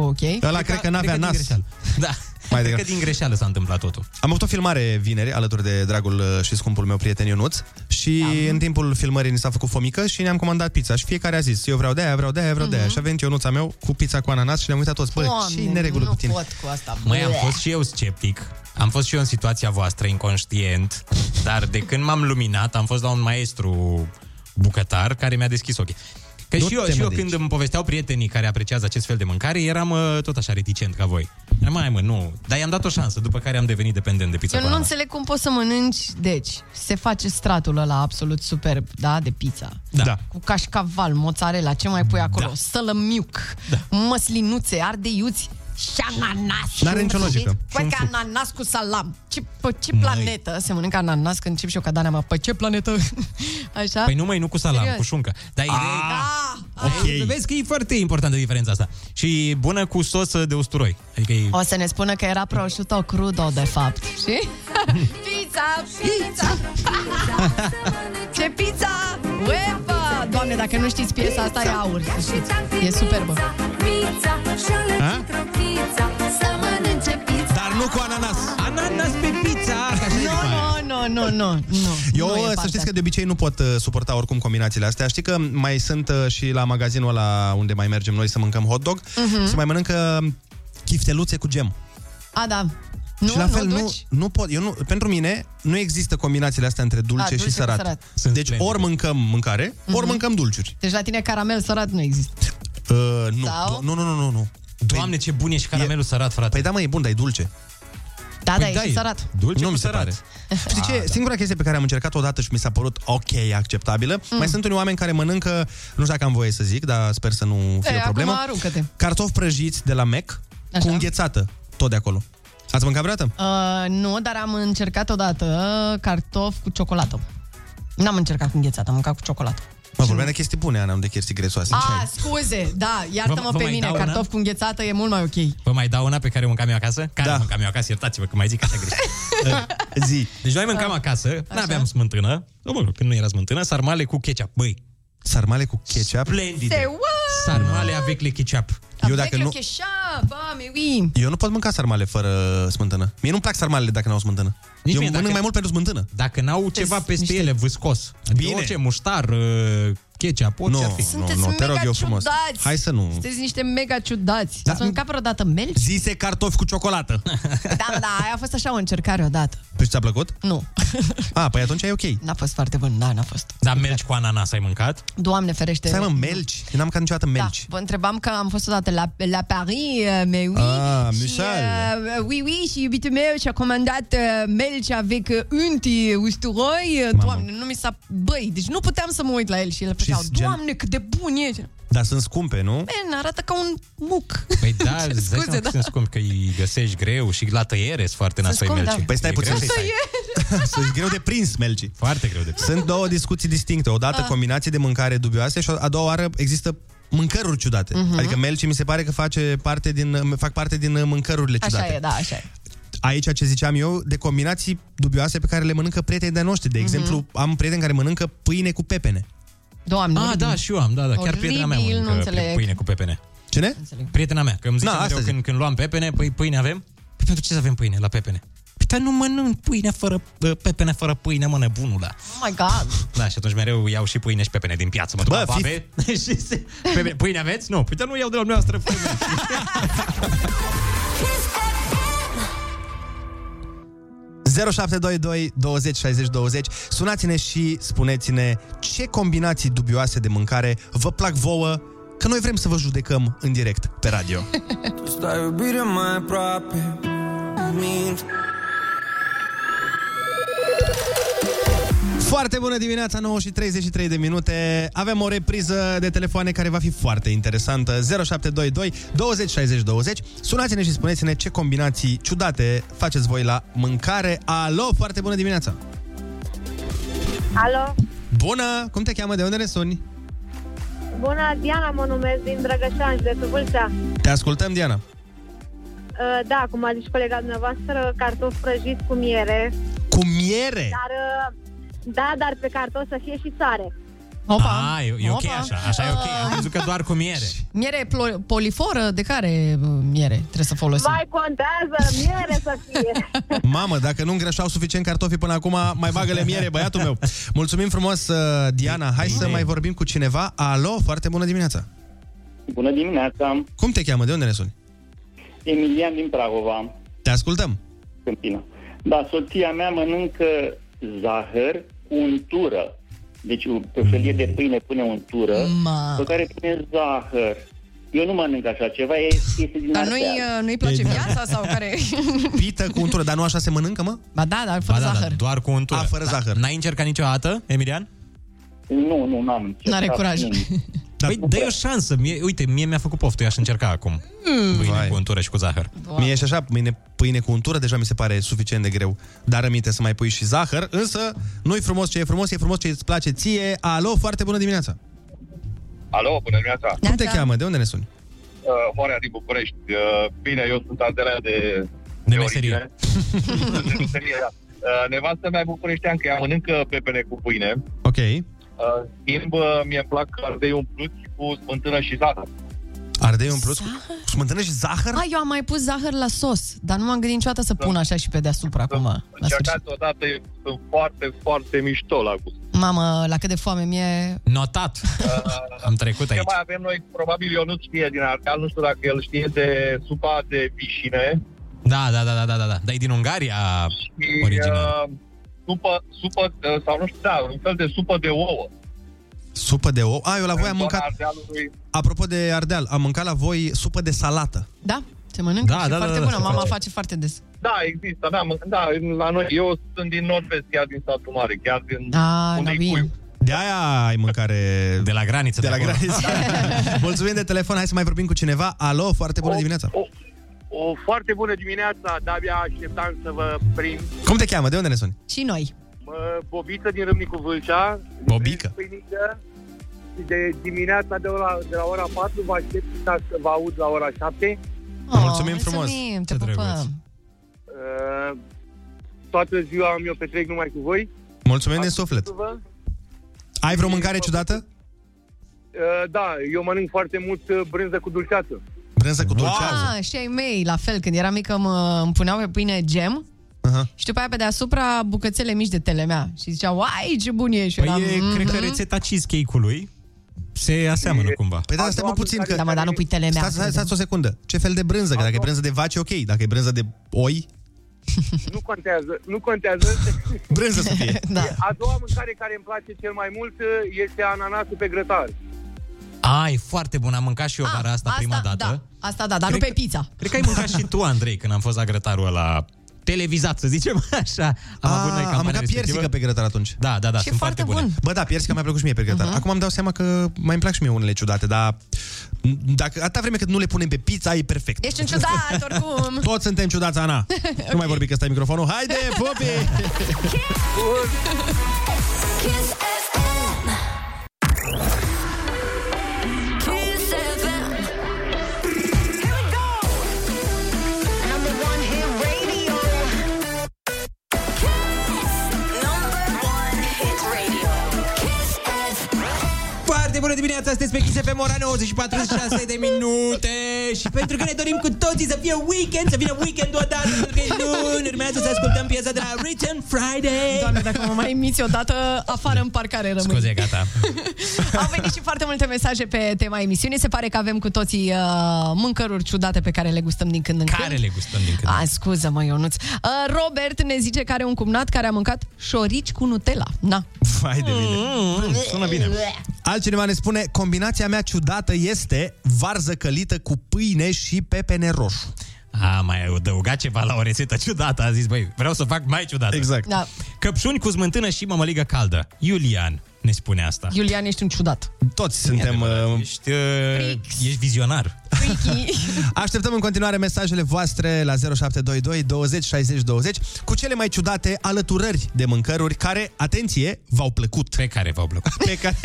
ok. Ăla cred că n-avea din nas. greșeală. Da, Mai Mai degrabă. cred că din greșeală s-a întâmplat totul. Am avut o filmare vineri alături de dragul uh, și scumpul meu prieten Ionuț și da. în timpul filmării ni s-a făcut fomică și ne-am comandat pizza și fiecare a zis eu vreau de aia, vreau de aia, vreau de aia și a venit Ionuța meu cu pizza cu ananas și ne-am uitat toți, bă, ce Mhm. Doamne, neregulă nu cu tine. pot cu asta. Măi, am Bleh. fost și eu sceptic. Am fost și eu în situația voastră, inconștient, dar de când m-am luminat, am fost la un maestru bucătar care mi-a deschis ochii. Că Nu și eu, te și mă eu de când aici. îmi povesteau prietenii care apreciază acest fel de mâncare, eram uh, tot așa reticent ca voi. Eram, mai mă, nu. Dar i-am dat o șansă, după care am devenit dependent de pizza Eu cu nu ananas. înțeleg cum poți să mănânci, deci, se face stratul ăla absolut superb, da, de pizza. Da. da. Cu cașcaval, mozzarella, ce mai pui acolo? Da. Sălămiuc, da. măslinuțe, ardeiuți și ananas. N-are nicio logică. Păi că ananas cu salam. Ce, pe ce planetă se mănâncă ananas când încep și eu ca Dana mea? Pe ce planetă? Așa? Păi nu mai nu cu salam, Serios? cu șuncă. Dar Ah, e, Da! okay. vezi că e foarte importantă diferența asta. Și bună cu sos de usturoi. Adică e... O să ne spună că era prosciutto crudo, de fapt, și? pizza, pizza! Ce pizza! Uepa! Doamne, dacă nu știți piesa asta, e aur, să știți. E superbă. A? Dar nu cu ananas. Ananas pe pizza! Ca așa e după aia. Nu, nu, nu, nu, nu. Eu nu e să partea știți că de obicei nu pot uh, suporta oricum combinațiile astea. Știi că mai sunt uh, și la magazinul ăla unde mai mergem noi să mâncăm hot dog, Mhm. uh-huh. se mai mănâncă chifteluțe cu gem. A, da. Nu, și la fel, nu, nu, duci? nu pot. Eu nu, pentru mine nu există combinațiile astea între dulce, Da, dulce și cu sărat. sărat. Sunt Deci splendide. ori mâncăm mâncare, ori mâncăm dulciuri. Deci la tine caramel sărat nu există. Uh, nu, Sau? do- nu, nu, nu, nu, nu. Doamne, ce bun e și caramelul sărat, frate. Păi da, mă, e bun, dar e dulce. Da, da, Păi ești e sărat. Ah, da. Dulce nu cu mi se sărat. pare. Știi ce? Singura chestie pe care am încercat odată și mi s-a părut ok, acceptabilă, Mm. mai sunt unii oameni care mănâncă, nu știu dacă am voie să zic, dar sper să nu fie E, o problemă, acum aruncă-te. cartofi prăjiți de la Mac Așa. cu înghețată, tot de acolo. Ați mâncat vreodată? Uh, nu, dar am încercat odată cartof cu ciocolată. N-am încercat cu înghețată, am mâncat cu ciocolată. Mă vorbeam de chestii bune, Ana, nu de chestii gresoase. Ce A, ai? scuze, da, iartă-mă Vă- vă pe mai mine, dau una? cartof cu înghețată e mult mai ok. Vă mai dau una pe care o mâncam eu acasă? Care Da. da. mâncam eu acasă? Iertați-vă că mai zic așa greșit. Zi. Deci noi Da. mâncam acasă, n-aveam smântână. O, Bă, când nu era smântână, sarmale cu ketchup. Băi, Sarmale cu ketchup. splendide. Se what? Sarmale avec le ketchup. Eu dacă nu, Ah, ba, mais oui. Eu nu pot mânca sarmale fără smântână. Mie nu-mi plac sarmalele dacă n-au smântână. Nici Eu mie, mie, mănânc dacă- mai mult pentru smântână. Dacă n-au ceva peste ele, viscos. Adică Bine. orice, muștar, uh, ketchup, Nu, orice ar fi. Sunteți mega ciudați. Sunteți niște mega ciudați. Da. Ați mâncat vreodată melci? Zise cartofi cu ciocolată. Da, da, da, aia a fost așa o încercare odată. Păi ți-a plăcut? Nu. A, păi atunci e ok. N-a fost foarte bun, da, n-a fost. Dar melci cu ananas ai mâncat? Doamne ferește. Stai mă, melci? Eu n-am mâncat niciodată melci. Da, vă întrebam că am fost odată la, la Paris, uh, mais oui. Ah, și, Musal. uh, oui, oui, și iubitul meu și-a comandat uh, melci avec uh, unti usturoi. Mamă. Doamne, nu mi s-a... Băi, deci nu puteam să mă uit la el și el făceau, gen- Doamne, cât de bun e! Dar sunt scumpe, nu? Man, arată ca un muc. Păi da, Păi Ce îți dai scuze, seama că da. sunt scump, că îi găsești greu și la tăiere sunt foarte nasoi scump, melci. da. Păi stai E puțin greu să să-i tai. Sunt greu de prins melci. Foarte greu de prins. Sunt două discuții distincte. Odată Ah. combinații de mâncare dubioase și a doua oară există mâncăruri ciudate. Mhm. Adică melci mi se pare că face parte din, fac parte din uh, mâncărurile ciudate. Așa e, da, așa e. aici ce ziceam eu, de combinații dubioase pe care le mănâncă prietenii de noștri. De Mhm. exemplu, am prieteni care mănâncă pâine cu pepene. Doamne, Ah, oribil. da, și eu am, da, da. Chiar Oribil, prietena mea nu mănâncă înțeleg. pâine cu pepene. Cine? Prietena mea, că îmi zice Na, asta mereu când, când luam pepene, păi pâine avem? Păi pentru ce să avem pâine la pepene? Păi dar nu mănânc pâine fără, uh, pepene fără pâine, mă, nebunul, da. Oh my God. Da, și atunci mereu iau și pâine și pepene din piață. Mă duc Bă, la fi- babe și se... Pepene, pâine aveți? Nu. Păi dar nu iau de la noastră pâine. Kiss 0722 20 60 20 Sunați-ne și spuneți-ne ce combinații dubioase de mâncare vă plac vouă, că noi vrem să vă judecăm în direct pe radio. Tu stai iubire mai aproape Mint Foarte bună dimineața, 9 și 33 de minute. Avem o repriză de telefoane care va fi foarte interesantă. 0722 20 60 20. Sunați-ne și spuneți-ne ce combinații ciudate faceți voi la mâncare. Alo, foarte bună dimineața! Alo, Bună! Cum te cheamă? De unde ne suni? bună, Diana mă numesc din Drăgășan, județul Vâlcea. Te ascultăm, Diana. Uh, Da, cum a zis și colega dumneavoastră, cartofi prăjiți cu miere. Cu miere? Dar, uh, da, dar pe cartofi să fie și sare. Opa. Ah, e, e ok Opa. Ah. așa, așa e ok. Am crezut că doar cu miere. Miere plo- poliforă? De care uh, miere trebuie să folosim? Mai contează, miere să fie. Mamă, dacă nu îngreșau suficient cartofi până acum, mai bagă-le miere, băiatul meu. Mulțumim frumos, uh, Diana. Hai să mai vorbim cu cineva. Alo, foarte bună dimineața! Bună dimineața, Cum te cheamă? De unde ne suni? Emilian din Prahova, Te ascultăm. Câmpina. Da, soția mea mănâncă zahăr cu untură. Deci pe felie de pâine pune untură, Ma. pe care pune zahăr. Eu nu mănânc așa ceva, e, este din Dar artea. nu-i, uh, nu-i da. place viața sau care... Pită cu untură, dar nu așa se mănâncă, mă? ba da, dar fără Ba da, da, zahăr. doar cu untură. A, fără Da. zahăr. N-ai încercat niciodată, Emilian? Nu, nu, n-am încercat. N-are curaj. Nu. Păi dai o șansă. Mie, uite, mie mi-a făcut poftă, eu aș încerca acum. Pâine cu untură și cu zahăr. Doamne. Mie și așa, mâine pâine cu untură deja mi se pare suficient de greu. Dar aminte să mai pui și zahăr, însă nu-i frumos ce e frumos, e frumos ce îți place ție. Alo, foarte bună dimineața! Alo, bună dimineața! Cum te cheamă? De unde ne suni? Uh, Horea din București. Uh, bine, eu sunt Andreea de... De meserie. de meserie, da. Uh, nevastă mea e bucureștean, că ea mănâncă pepene cu pâine. Ok. Uh, în schimb, uh, mie îmi plac ardei umpluți cu smântână și zahăr. Ardei un plus cu cu smântână și zahăr? Ah, eu am mai pus zahăr la sos, dar nu m-am gândit niciodată să pun așa și pe deasupra Da. acum. La sfârșit. Încercați odată, e- sunt foarte, foarte mișto la gust. Mamă, la cât de foame mie... Notat. Am trecut Ce aici. mai avem noi, probabil eu nu știe din Ardeal, nu știu dacă el știe de supa de vișine. Da, da, da, da, da, da. Dar e din Ungaria original. Uh, supă, supă, uh, sau nu știu, da, un fel de supă de ouă. Supă de ou. A, eu la voi am În mâncat... zona Ardealului, Apropo de Ardeal, am mâncat la voi supă de salată. Da? Se mănâncă? Da, și da, e da, foarte da, bună, se mama face. face foarte des. Da, există, da, mă- da, la noi, eu sunt din nord-vest, chiar din satul mare, chiar din... Ah, unde-i Navin. De aia ai mâncare... De la graniță. De la acolo. graniță. Mulțumim de telefon, hai să mai vorbim cu cineva. Alo, foarte bună dimineața! O foarte bună dimineața, de-abia așteptam să vă prind. Cum te cheamă? De unde ne suni? Și noi. Mă, Bobiță din Râmnicu Vâlcea, Bobică. pâinică. Și de dimineața de, la de la ora 4 vă aștept ca să vă aud la ora 7. Mulțumim frumos. Ah, mulțumim, te Ce pupăm. drăguț. Uh, toată ziua am eu petrec numai cu voi. Mulțumim din suflet! Vă. Ai vreo mâncare ciudată? Uh, da, eu mănânc foarte mult uh, brânză cu dulceață. strânsă cu dulceață. Ah, și ai mei, la fel, când eram mică mă, îmi puneau pe pâine gem Aha. și după aia pe deasupra bucățele mici de telemea și ziceau, uai, ce bun ești! Și Păi eram, e, cred că "Mhm." rețeta cheesecake-ului se aseamănă cumva. Păi da, stai mă puțin că... Da, mă, dar nu pui telemea. Stați, stați, stați o secundă. Ce fel de brânză? Că dacă e brânză de vaci, ok. Dacă e brânză de oi, Nu contează, nu contează. brânză să fie. da. A doua mâncare care îmi place cel mai mult uh, este ananasul pe grătar. Ai, Ah, foarte bun, am mâncat și eu vara asta, prima dată. Ah, Da, asta da, dar nu pe pizza. Cred că ai mâncat și tu, Andrei, când am fost la grătarul ăla televizat, să zicem așa. Am A, avut noi Ah, am campania mâncat respectivă. piersică pe grătar atunci. Da, da, da, Și sunt foarte foarte bun. Bă, da, piersica mi-a plăcut și mie pe grătar. Uh-huh. Mhm. Acum îmi dau seama că mai îmi plac și mie unele ciudate, dar dacă, atâta vreme cât nu le punem pe pizza, e perfect. Ești un ciudat, oricum. Toți suntem ciudați, Ana. okay. Nu mai vorbi că stai microfonul. Haide, pupi! Foarte bună dimineața, sunteți pe Kiss FM, ora 946 de minute Și pentru că ne dorim cu toții să fie weekend, să vină weekendul odată Pentru că e luni, urmează să ascultăm piesa de la Return Friday Doamne, dacă mă mai imiți odată, afară în parcare rămâi. Scuze, gata Au venit și foarte multe mesaje pe tema emisiunii. Se pare că avem cu toții uh, mâncăruri ciudate pe care le gustăm din când în Care când. le gustăm din când? A, scuză-mă, Ionuț. Uh, Robert ne zice că are un cumnat care a mâncat șorici cu Nutella. Na. Vai de mine. Mm, sună bine. Altcineva ne spune, combinația mea ciudată este varză călită cu pâine și pepene roșu. A, mai adăugat ceva la o rețetă ciudată A zis, băi, vreau să fac mai ciudată Exact da. Căpșuni cu smântână și mămăligă caldă Iulian ne spune asta Iulian, ești un ciudat. Toți suntem... Ești, uh, ești vizionar Așteptăm în continuare mesajele voastre la 0722 20 60 20 cu cele mai ciudate alăturări de mâncăruri care, atenție, v-au plăcut. Pe care v-au plăcut. Pe care...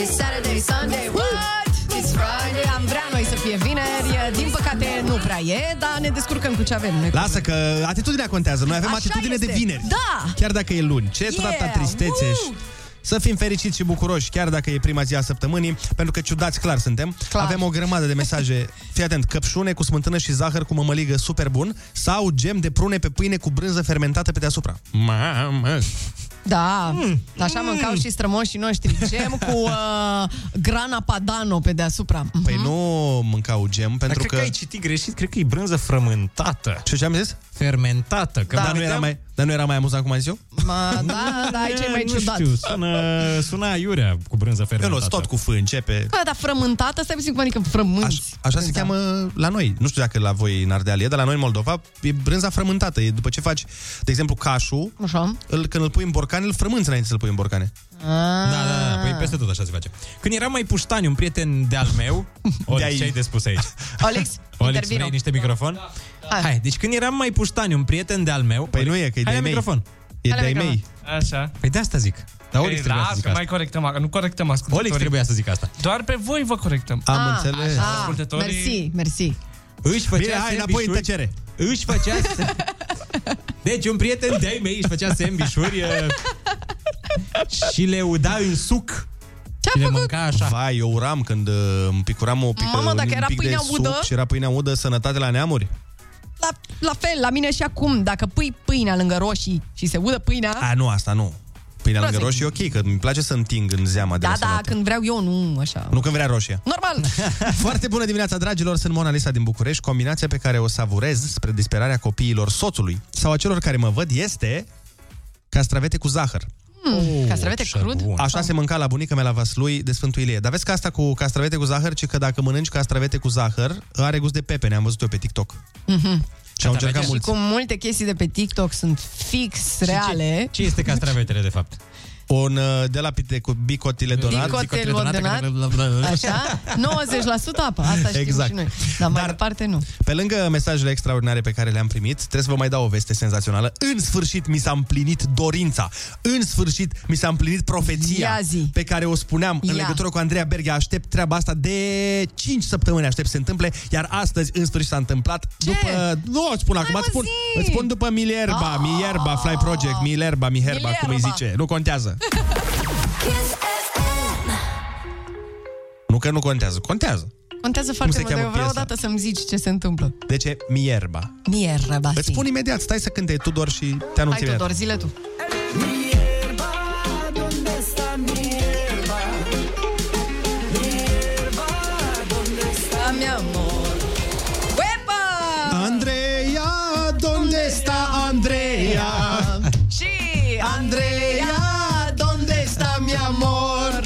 It's Saturday, Sunday, what? It's Friday. Am vrea noi să fie vineri. Din păcate nu prea e, dar ne descurcăm cu ce avem. Noi Lasă că atitudinea contează. Noi avem Așa atitudine este. de vineri. Da! Chiar dacă e luni. Ce Yeah! tata tristețe și... Să fim fericiți și bucuroși, chiar dacă e prima zi a săptămânii, pentru că ciudați clar suntem. Clar. Avem o grămadă de mesaje. Fii atent, căpșune cu smântână și zahăr cu mămăligă super bun sau gem de prune pe pâine cu brânză fermentată pe deasupra. Mamă! Da, mm. așa Mm. mâncau și strămoșii noștri. Gem cu uh, grana padano pe deasupra. Păi nu mâncau gem, pentru cred că... ai citit greșit, cred că e brânză frământată. Ce, ce am zis? Fermentată. Că Da. mă Dar, nu era gândeam- mai, dar nu era mai amuzant cum ai zis eu? Ma, da, da, Eh, Eh, aici e mai nu ciudat. Știu, sună, sună aiurea cu brânză fermentată. Eu nu, tot cu fâ începe. Bă, dar frământată, stai puțin cum adică frămânți. Așa Da. se cheamă la noi. Nu știu dacă la voi în Ardeal e, dar la noi în Moldova e brânza frământată. E după ce faci, de exemplu, cașul, Așa. îl, când îl pui în borcane, îl frămânți înainte să-l pui în borcane. Da, da, da, da, păi Ah. peste tot așa se face. Când eram mai puștani, un prieten de-al meu, Olix, ce ai de spus aici? Olix, Olix, intervino. vrei niște microfon? Da, Hai. deci când eram mai puștani, un prieten de-al meu... Păi nu e, că e de-ai mei. microfon. E Hai la de-ai mei. Așa. Păi de asta zic. Dar Olix Ei, trebuia las să zic că asta. mai corectăm, ac- nu corectăm ascultătorii. Olix trebuia să zic asta. Doar pe voi vă corectăm. Ah, așa. Ascultătorii... Mersi, mersi. Își făcea Bine, hai, înapoi în sandwich-uri- tăcere. Își făcea... deci un prieten de-ai mei își făcea sandvișuri și le uda în suc. Ce și le mânca așa. Vai, eu uram când uh, îmi picuram o pică, Mamă, dacă un era pic pâine de suc udă? și era pâinea udă, sănătate la neamuri. La, la fel, la mine și acum, dacă pui pâinea lângă roșii și se udă pâinea, A, nu, asta nu. Păi Pâinea lângă Roșii. roșie e ok, că mi place să înting în zeama de da, la da, sănătate. când vreau eu, nu așa. Nu când vrea roșie. Normal. Foarte bună dimineața, dragilor! Sunt Mona Lisa din București. Combinația pe care o savurez spre disperarea copiilor soțului sau a celor care mă văd este castravete cu zahăr. Oh, Mm, castravete crud? Așa se mânca la bunica mea la Vaslui de Sfântul Ilie. Dar vezi că asta cu castravete cu zahăr, ci că dacă mănânci castravete cu zahăr, are gust de pepene. Am văzut eu pe TikTok. Mhm. Și au încercat Și mulți. cum multe chestii de pe TikTok sunt fix reale. Ce este castravetele, de fapt? Un uh, de la pite cu bicotile donat. Dicotel ordonat. Așa? 90% apă. Asta știm Exact. și noi. Dar mai departe nu. Pe lângă mesajele extraordinare pe care le-am primit, trebuie să vă mai dau o veste senzațională. În sfârșit mi s-a împlinit dorința. În sfârșit mi s-a împlinit profeția Ia zi. pe care o spuneam în Ia. legătură cu Andreea Berghia. Aștept treaba asta de 5 săptămâni, aștept să se întâmple, iar astăzi în sfârșit s-a întâmplat. Ce? După, nu îți spun acum, îți spun, îți spun după Milerba, Ah! oh. Milerba Fly Project, Milerba, Miherba, Milerba, cum îi Milerba. zice. Nu contează. Nu că nu contează, contează. Contează foarte se mult, dar cheamă eu vreau piesa? odată să-mi zici ce se întâmplă. Deci e Mierba. Mierba. Îți spun imediat, stai să cânte Tudor și te anunț Hai, imediat. Tudor, zile tu. Da, mi amor. Uepa! Andreea, unde sta Andreea? Și Andreea, unde sta mi amor?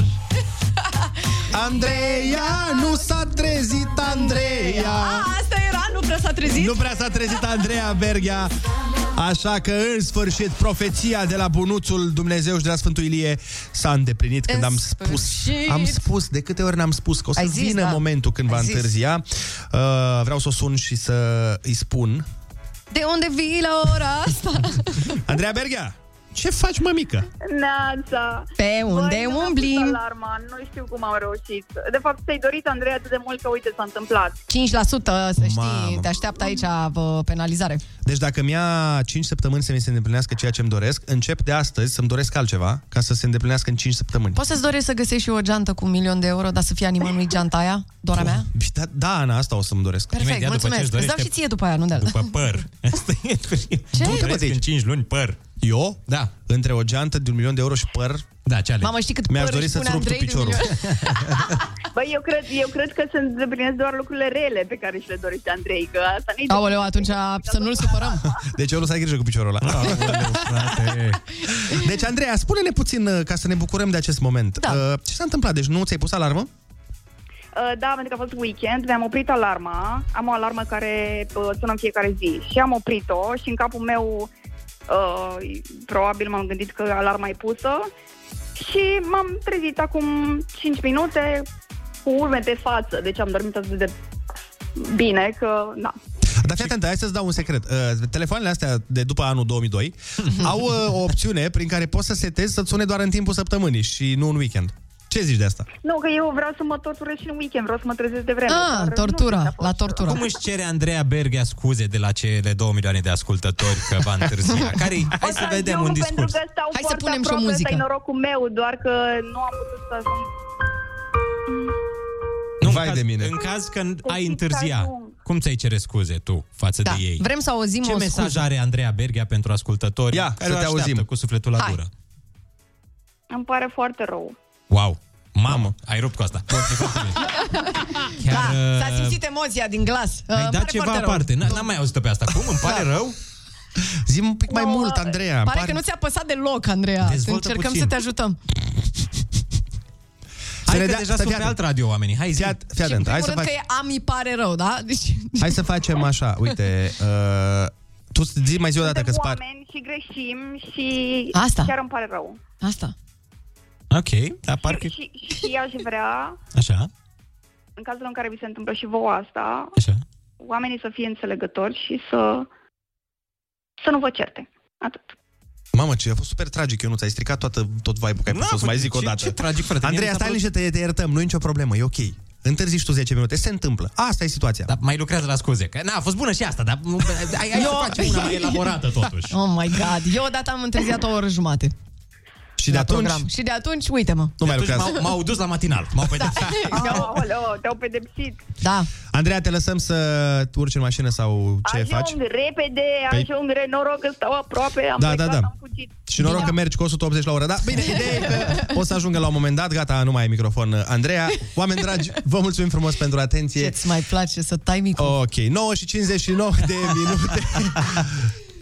Andreea, nu s-a trezit Andreea. A, asta era, nu prea s-a trezit? Nu prea s-a trezit Andreea Berghia. Așa că, în sfârșit, profeția de la bunuțul Dumnezeu și de la Sfântul Ilie s-a îndeplinit când În am spus. sfârșit. Am spus, de câte ori n-am spus că o să Ai zis, vină da. momentul când Ai va zis. întârzia. Uh, vreau să o sun și să îi spun. De unde vii la ora asta? Andreea Berghia, ce faci, mămică? Neața. Pe unde Băi, nu mi-a umblim? pus Alarma. Nu știu cum am reușit. De fapt, ți-ai dorit, Andrei, atât de mult că uite s-a întâmplat. 5% să știi, te așteaptă aici bă, penalizare. Deci dacă mi-a 5 săptămâni să mi se îndeplinească ceea ce îmi doresc, încep de astăzi să-mi doresc altceva ca să se îndeplinească în 5 săptămâni. Poți să-ți dorești să găsești și o geantă cu un milion de euro, dar să fie a nimănui geanta aia, doar a mea? Da, da, Ana, asta o să-mi doresc. Perfect, mulțumesc. Îți dau și ție după aia, nu de după păr. Asta e Da. Ce? Nu te în 5 luni păr. Eu? Da. Între o geantă de un milion de euro și păr? Da, ce Mamă, știi cât Mi-aș păr dori își să-ți pune rup tu Andrei de piciorul. Băi, eu cred, eu cred că se îndeplinesc doar lucrurile rele pe care și le dorește Andrei, că asta nu-i... Aoleu, atunci să nu-l supărăm. Deci eu nu să ai grijă cu piciorul ăla. deci, Andreea, spune-ne puțin, uh, ca să ne bucurăm de acest moment. Da. Ce s-a întâmplat? Deci nu ți-ai pus alarmă? Uh, Da, pentru că a fost weekend, mi-am oprit alarma, am o alarmă care uh, sună în fiecare zi și am oprit-o și în capul meu uh, probabil m-am gândit că alarma e pusă și m-am trezit acum 5 minute cu urme de față, deci am dormit atât de bine că, na, Dar fii atent, hai să-ți dau un secret. Uh, Telefoanele astea de după anul 2002 au uh, o opțiune prin care poți să setezi să-ți sune doar în timpul săptămânii și nu în weekend. Ce zici de asta? Nu, că eu vreau să mă torturez și în weekend, vreau să mă trezesc de vreme. Ah, tortura, la tortura. Cum își cere Andreea Berghia scuze de la cele 2 milioane de ascultători că va întârzia? care Hai să vedem un discurs. Pentru că stau Hai să foarte punem și o aproape, ăsta muzică. e norocul meu, doar că nu am putut să ajung. Nu, Vai caz, de mine. În caz că ai întârzia, cum ți-ai cere scuze tu față Da. de ei? Vrem să auzim Ce o mesaj scuză. are Andreea Berghia pentru ascultători? Ia, să te auzim. cu sufletul la Hai. gură. Îmi pare foarte rău. Wow. Mamă, ai rupt cu asta. Da, Chiar, s-a uh, simțit emoția din glas. Păi Uh, da, Ai dat Păi, da, ceva aparte. N- N-am mai auzit-o pe asta. Cum? Îmi pare rău? Zi un pic Păi mai mult, Andreea. Pare, pare că nu ți-a păsat deloc, Andreea. Dezvoltă Încercăm puțin. să te ajutăm. Hai ne că dea- deja să sunt fii pe atent. alt radio oamenii. Hai zi. Fii atent, Hai hai să, în primul fac, rând că e ami pare rău, da? Deci, hai să facem așa. Uite, uh, tu zi mai zi o dată că Suntem îți par... oameni și greșim și Asta. chiar îmi pare rău. asta. Ok, dar parcă... Și, și aș vrea, Așa. în cazul în care vi se întâmplă și vouă asta, Așa. oamenii să fie înțelegători și să, să nu vă certe. Mamă, ce a fost super tragic, eu nu ți-ai stricat toată, tot vibe-ul că ai N-a pus să fost mai nici- zic o ce- dată. ce tragic, frate, mie Andreea, mi s-a stai părut- liniște, te, te iertăm, nu e nicio problemă, e ok. Întârziști tu 10 minute, se întâmplă. Asta e situația. Dar mai lucrează la scuze. Că, na, a fost bună și asta, dar ai, ai să Eu- facem una mai elaborată totuși. Oh my God. Eu odată am întârziat o oră jumate. Și de la atunci program. Și de atunci, uite-mă. nu mai Atunci lucrează. m-au- M-au dus la matinal. M-au pedepsit. Aoleo, te-au pedepsit. Da. Andreea, te lăsăm să urci în mașină sau ce faci. Ajung repede, Păi- ajung, re, noroc că stau aproape, Păi, am Da, plecat, da, da. am fugit. Și noroc că mergi cu 180 la oră. Da, bine, ideea e că o să ajungă la un moment dat. Gata, nu mai ai microfon, Andreea. Oameni dragi, vă mulțumim frumos pentru atenție. Îți mai place să tai micul. Ok, 9 și 59 de minute.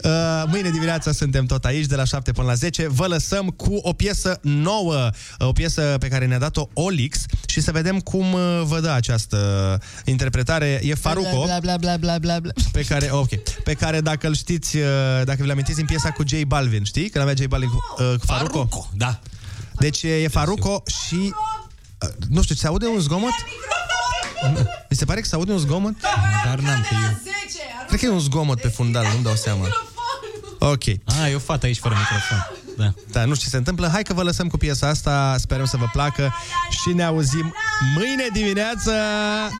Uh, Mâine dimineața suntem tot aici, de la 7 până la 10. Vă lăsăm cu o piesă nouă, uh, o piesă pe care ne-a dat-o Olix și să vedem cum uh, vă dă această uh, interpretare. E Faruco, Bla, bla, bla, bla, bla, bla. pe care, ok, pe care dacă îl știți, uh, dacă vi-l amintiți, în piesa cu J Balvin, știi? Când avea J Balvin cu, uh, cu Faruco. Da. Deci e Faruco și... uh, Nu știu, se aude un zgomot? Mi se pare că se aude un zgomot? Dar n-am pe eu. Cred că e un zgomot pe fundal, nu-mi dau seama. Ok. A, Ah, e o fată aici fără microfon. Da. da, nu știu ce se întâmplă. Hai că vă lăsăm cu piesa asta, sperăm să vă placă și ne auzim mâine dimineață!